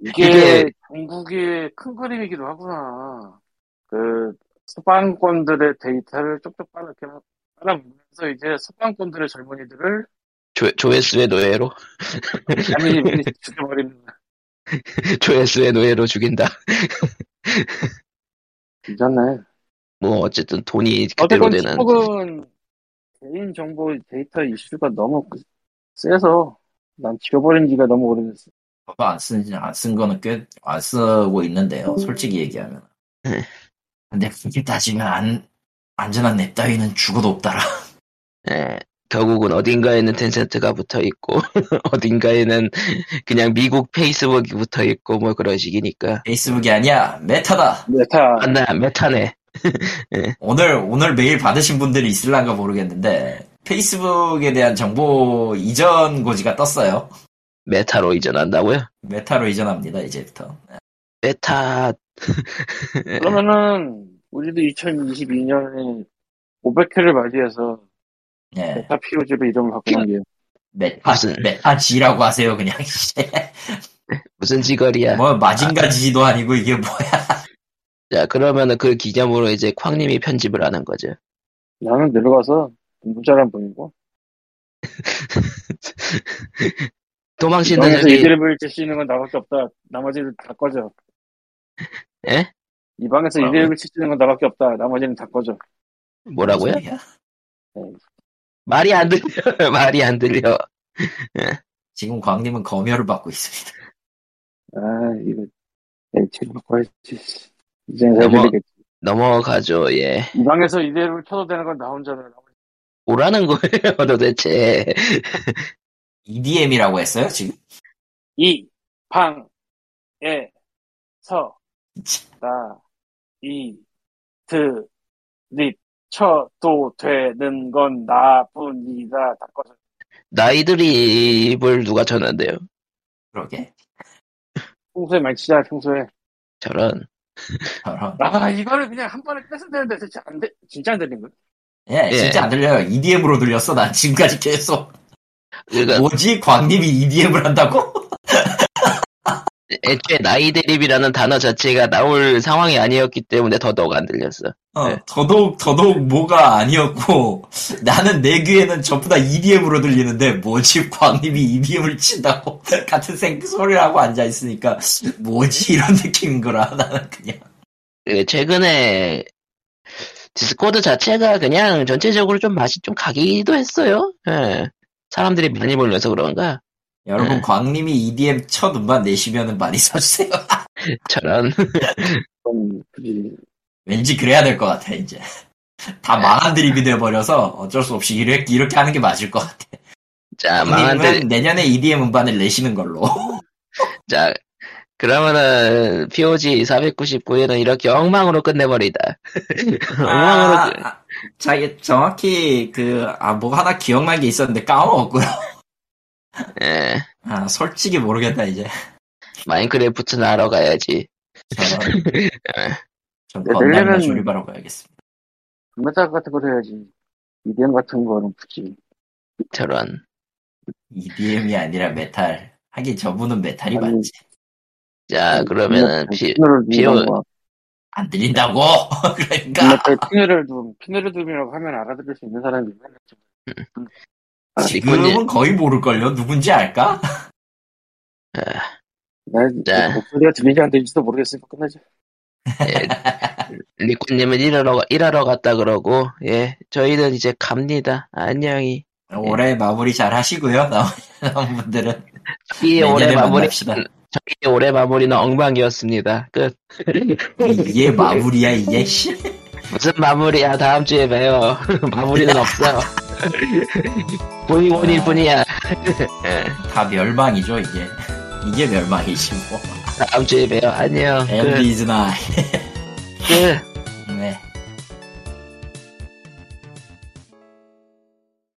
Speaker 3: 이게,
Speaker 1: 이게-
Speaker 3: 중국의 큰 그림이기도 하구나. 그 서방권들의 데이터를 쪽쪽 빠르게 빨아먹으면서 이제 서방권들의 젊은이들을
Speaker 1: 조, 조회수의 노예로
Speaker 3: 아니 미리 죽여버리는
Speaker 1: 조회수의 노예로 죽인다.
Speaker 3: 괜찮네.
Speaker 1: 뭐 어쨌든 돈이 그대로
Speaker 3: 어쨌건
Speaker 1: 되는
Speaker 3: 중국은 개인 정보 데이터 이슈가 너무 세서 난 죽여버린 지가 너무 오래됐어.
Speaker 1: 네.
Speaker 4: 저도 안 쓰는, 안쓴 거는 꽤, 안 쓰고 있는데요. 솔직히 얘기하면. 근데 그렇게 따지면 안, 안전한 앱 따위는 죽어도 없더라.
Speaker 1: 예, 결국은 어딘가에는 텐센트가 붙어 있고, 어딘가에는 그냥 미국 페이스북이 붙어 있고, 뭐 그런 식이니까.
Speaker 4: 페이스북이 아니야, 메타다.
Speaker 3: 메타
Speaker 1: 아, 나 메타네.
Speaker 4: 오늘, 오늘 메일 받으신 분들이 있을란가 모르겠는데, 페이스북에 대한 정보 이전 고지가 떴어요.
Speaker 1: 메타로 이전한다고요?
Speaker 4: 메타로 이전합니다, 이제부터.
Speaker 1: 메타, 네.
Speaker 3: 그러면은 우리도 2022년에 500회를 맞이해서
Speaker 4: 예.
Speaker 3: 메타 피오즈로 이름을 바꾸는 게
Speaker 4: 메타,
Speaker 1: 무슨-
Speaker 4: 메타지라고 하세요, 그냥. 씨.
Speaker 1: 무슨 지거리야.
Speaker 4: 뭐, 마징가지도 아니고 이게 뭐야.
Speaker 1: 자, 그러면은 그 기념으로 이제 쾅님이 편집을 하는 거죠.
Speaker 3: 나는 내려가서 문자란 보이고
Speaker 1: 도망친다,
Speaker 3: 여기서
Speaker 1: 저기.
Speaker 3: 이드립을 제시는 건 나밖에 없다. 나머지는 다 꺼져.
Speaker 1: 예?
Speaker 3: 이 방에서
Speaker 4: 뭐라고요?
Speaker 3: 이드립을 치는 건 나밖에 없다. 나머지는 다 꺼져.
Speaker 1: 뭐라고요?
Speaker 4: 무슨 소리야?
Speaker 1: 말이 안 들려. 말이 안 들려.
Speaker 4: 지금 광님은 검열을 받고 있습니다.
Speaker 3: 아 이거 LT를 바꿔야지. 이제는
Speaker 1: 넘어.
Speaker 3: 잘되겠지
Speaker 1: 넘어가죠, 예.
Speaker 3: 이 방에서 이대로 켜도 되는 건 나 혼자네. 나머지
Speaker 1: 뭐라는 거예요, 도대체.
Speaker 4: EDM이라고 E 했어요, 지금?
Speaker 3: 이 방에서 나이드립 쳐도 되는 건 나뿐이다. 다 꺼져.
Speaker 1: 나이드립을 누가 쳤는데요?
Speaker 4: 그러게.
Speaker 3: 평소에 많이 치자 평소에.
Speaker 1: 저런.
Speaker 4: 저런.
Speaker 3: 아 이거를 그냥 한 번에 뺏으면 되는데 진짜 안 돼. 진짜 안 되는 거야.
Speaker 4: 예,
Speaker 1: 예.
Speaker 4: 진짜 안 들려요. EDM으로 들렸어, 난 지금까지 계속.
Speaker 1: 그러니까
Speaker 4: 뭐지? 광님이 EDM을 한다고?
Speaker 1: 애초에 나이드립이라는 단어 자체가 나올 상황이 아니었기 때문에 더더욱 안 들렸어.
Speaker 4: 어,
Speaker 1: 네.
Speaker 4: 더더욱, 더더욱 뭐가 아니었고, 나는 내 귀에는 전부 다 EDM으로 들리는데, 뭐지? 광님이 EDM을 친다고, 같은 생 소리를 하고 앉아있으니까, 뭐지? 이런 느낌인 거라, 나는 그냥.
Speaker 1: 그 최근에 디스코드 자체가 그냥 전체적으로 좀 맛이 좀 가기도 했어요. 예. 사람들이 많이 몰려서 그런가?
Speaker 4: 여러분,
Speaker 1: 네.
Speaker 4: 광님이 EDM 첫 음반 내시면은 많이 써주세요.
Speaker 1: 저런.
Speaker 3: 그건 굳이
Speaker 4: 왠지 그래야 될 것 같아, 이제. 다
Speaker 1: 네.
Speaker 4: 망한 드립이 돼버려서 어쩔 수 없이 이렇게, 이렇게 하는 게 맞을 것 같아.
Speaker 1: 자, 망한 듯.
Speaker 4: 광님은 내년에 EDM 음반을 내시는 걸로.
Speaker 1: 자, 그러면은 POG 499에는 이렇게 엉망으로 끝내버리다. 엉망으로
Speaker 4: 아, 아, 자기 정확히 그, 아, 뭐 하나 기억난 게 있었는데 까먹었고요.
Speaker 1: 예,
Speaker 4: 아, 솔직히 모르겠다, 이제.
Speaker 1: 마인크래프트나 하러 가야지.
Speaker 4: 저는, 전
Speaker 3: 네,
Speaker 4: 건담이나
Speaker 3: 내년은-
Speaker 4: 조립하러 가야겠습니다.
Speaker 3: 메타 같은 걸 해야지. 이대형 같은 거는 굳이.
Speaker 1: 저런.
Speaker 4: EDM이 E 아니라 메탈. 하긴 저분은 메탈이
Speaker 3: 아니.
Speaker 4: 맞지. 뭐,
Speaker 1: 자, 아, 그러면은 피,
Speaker 3: 피누를
Speaker 1: 비오-
Speaker 3: 두는 거.
Speaker 4: 안 들린다고! 그러니까,
Speaker 3: 메타 피누를 둠. 피누를 둠이라고 하면 알아들을 수 있는 사람이 있나? 음,
Speaker 4: 지금은 거의 모를걸요? 누군지 알까?
Speaker 3: 난
Speaker 1: 자.
Speaker 3: 뭐 목소리가 들리지 안 들리지도 모르겠으니까 끝내자.
Speaker 1: 예, 리코님은 일하러, 일하러 갔다 그러고, 예, 저희는 이제 갑니다. 안녕히.
Speaker 4: 올해 마무리 잘 하시고요. 나머지 분들은.
Speaker 1: 이 올해
Speaker 4: 내년에
Speaker 1: 마무리,
Speaker 4: 네, 만납시다.
Speaker 1: 저희 올해 마무리는 엉망이었습니다. 끝.
Speaker 4: 이게 마무리야 이게 씨.
Speaker 1: 무슨 마무리야, 다음 주에 봬요. 마무리는 없어. 본인본일 뿐이야. 예,
Speaker 4: 다 멸망이죠 이게 이게 멸망이지 뭐
Speaker 1: 다음 주에 봬요. 안녕.
Speaker 4: 엠비즈나 네.
Speaker 1: 끝. 끝.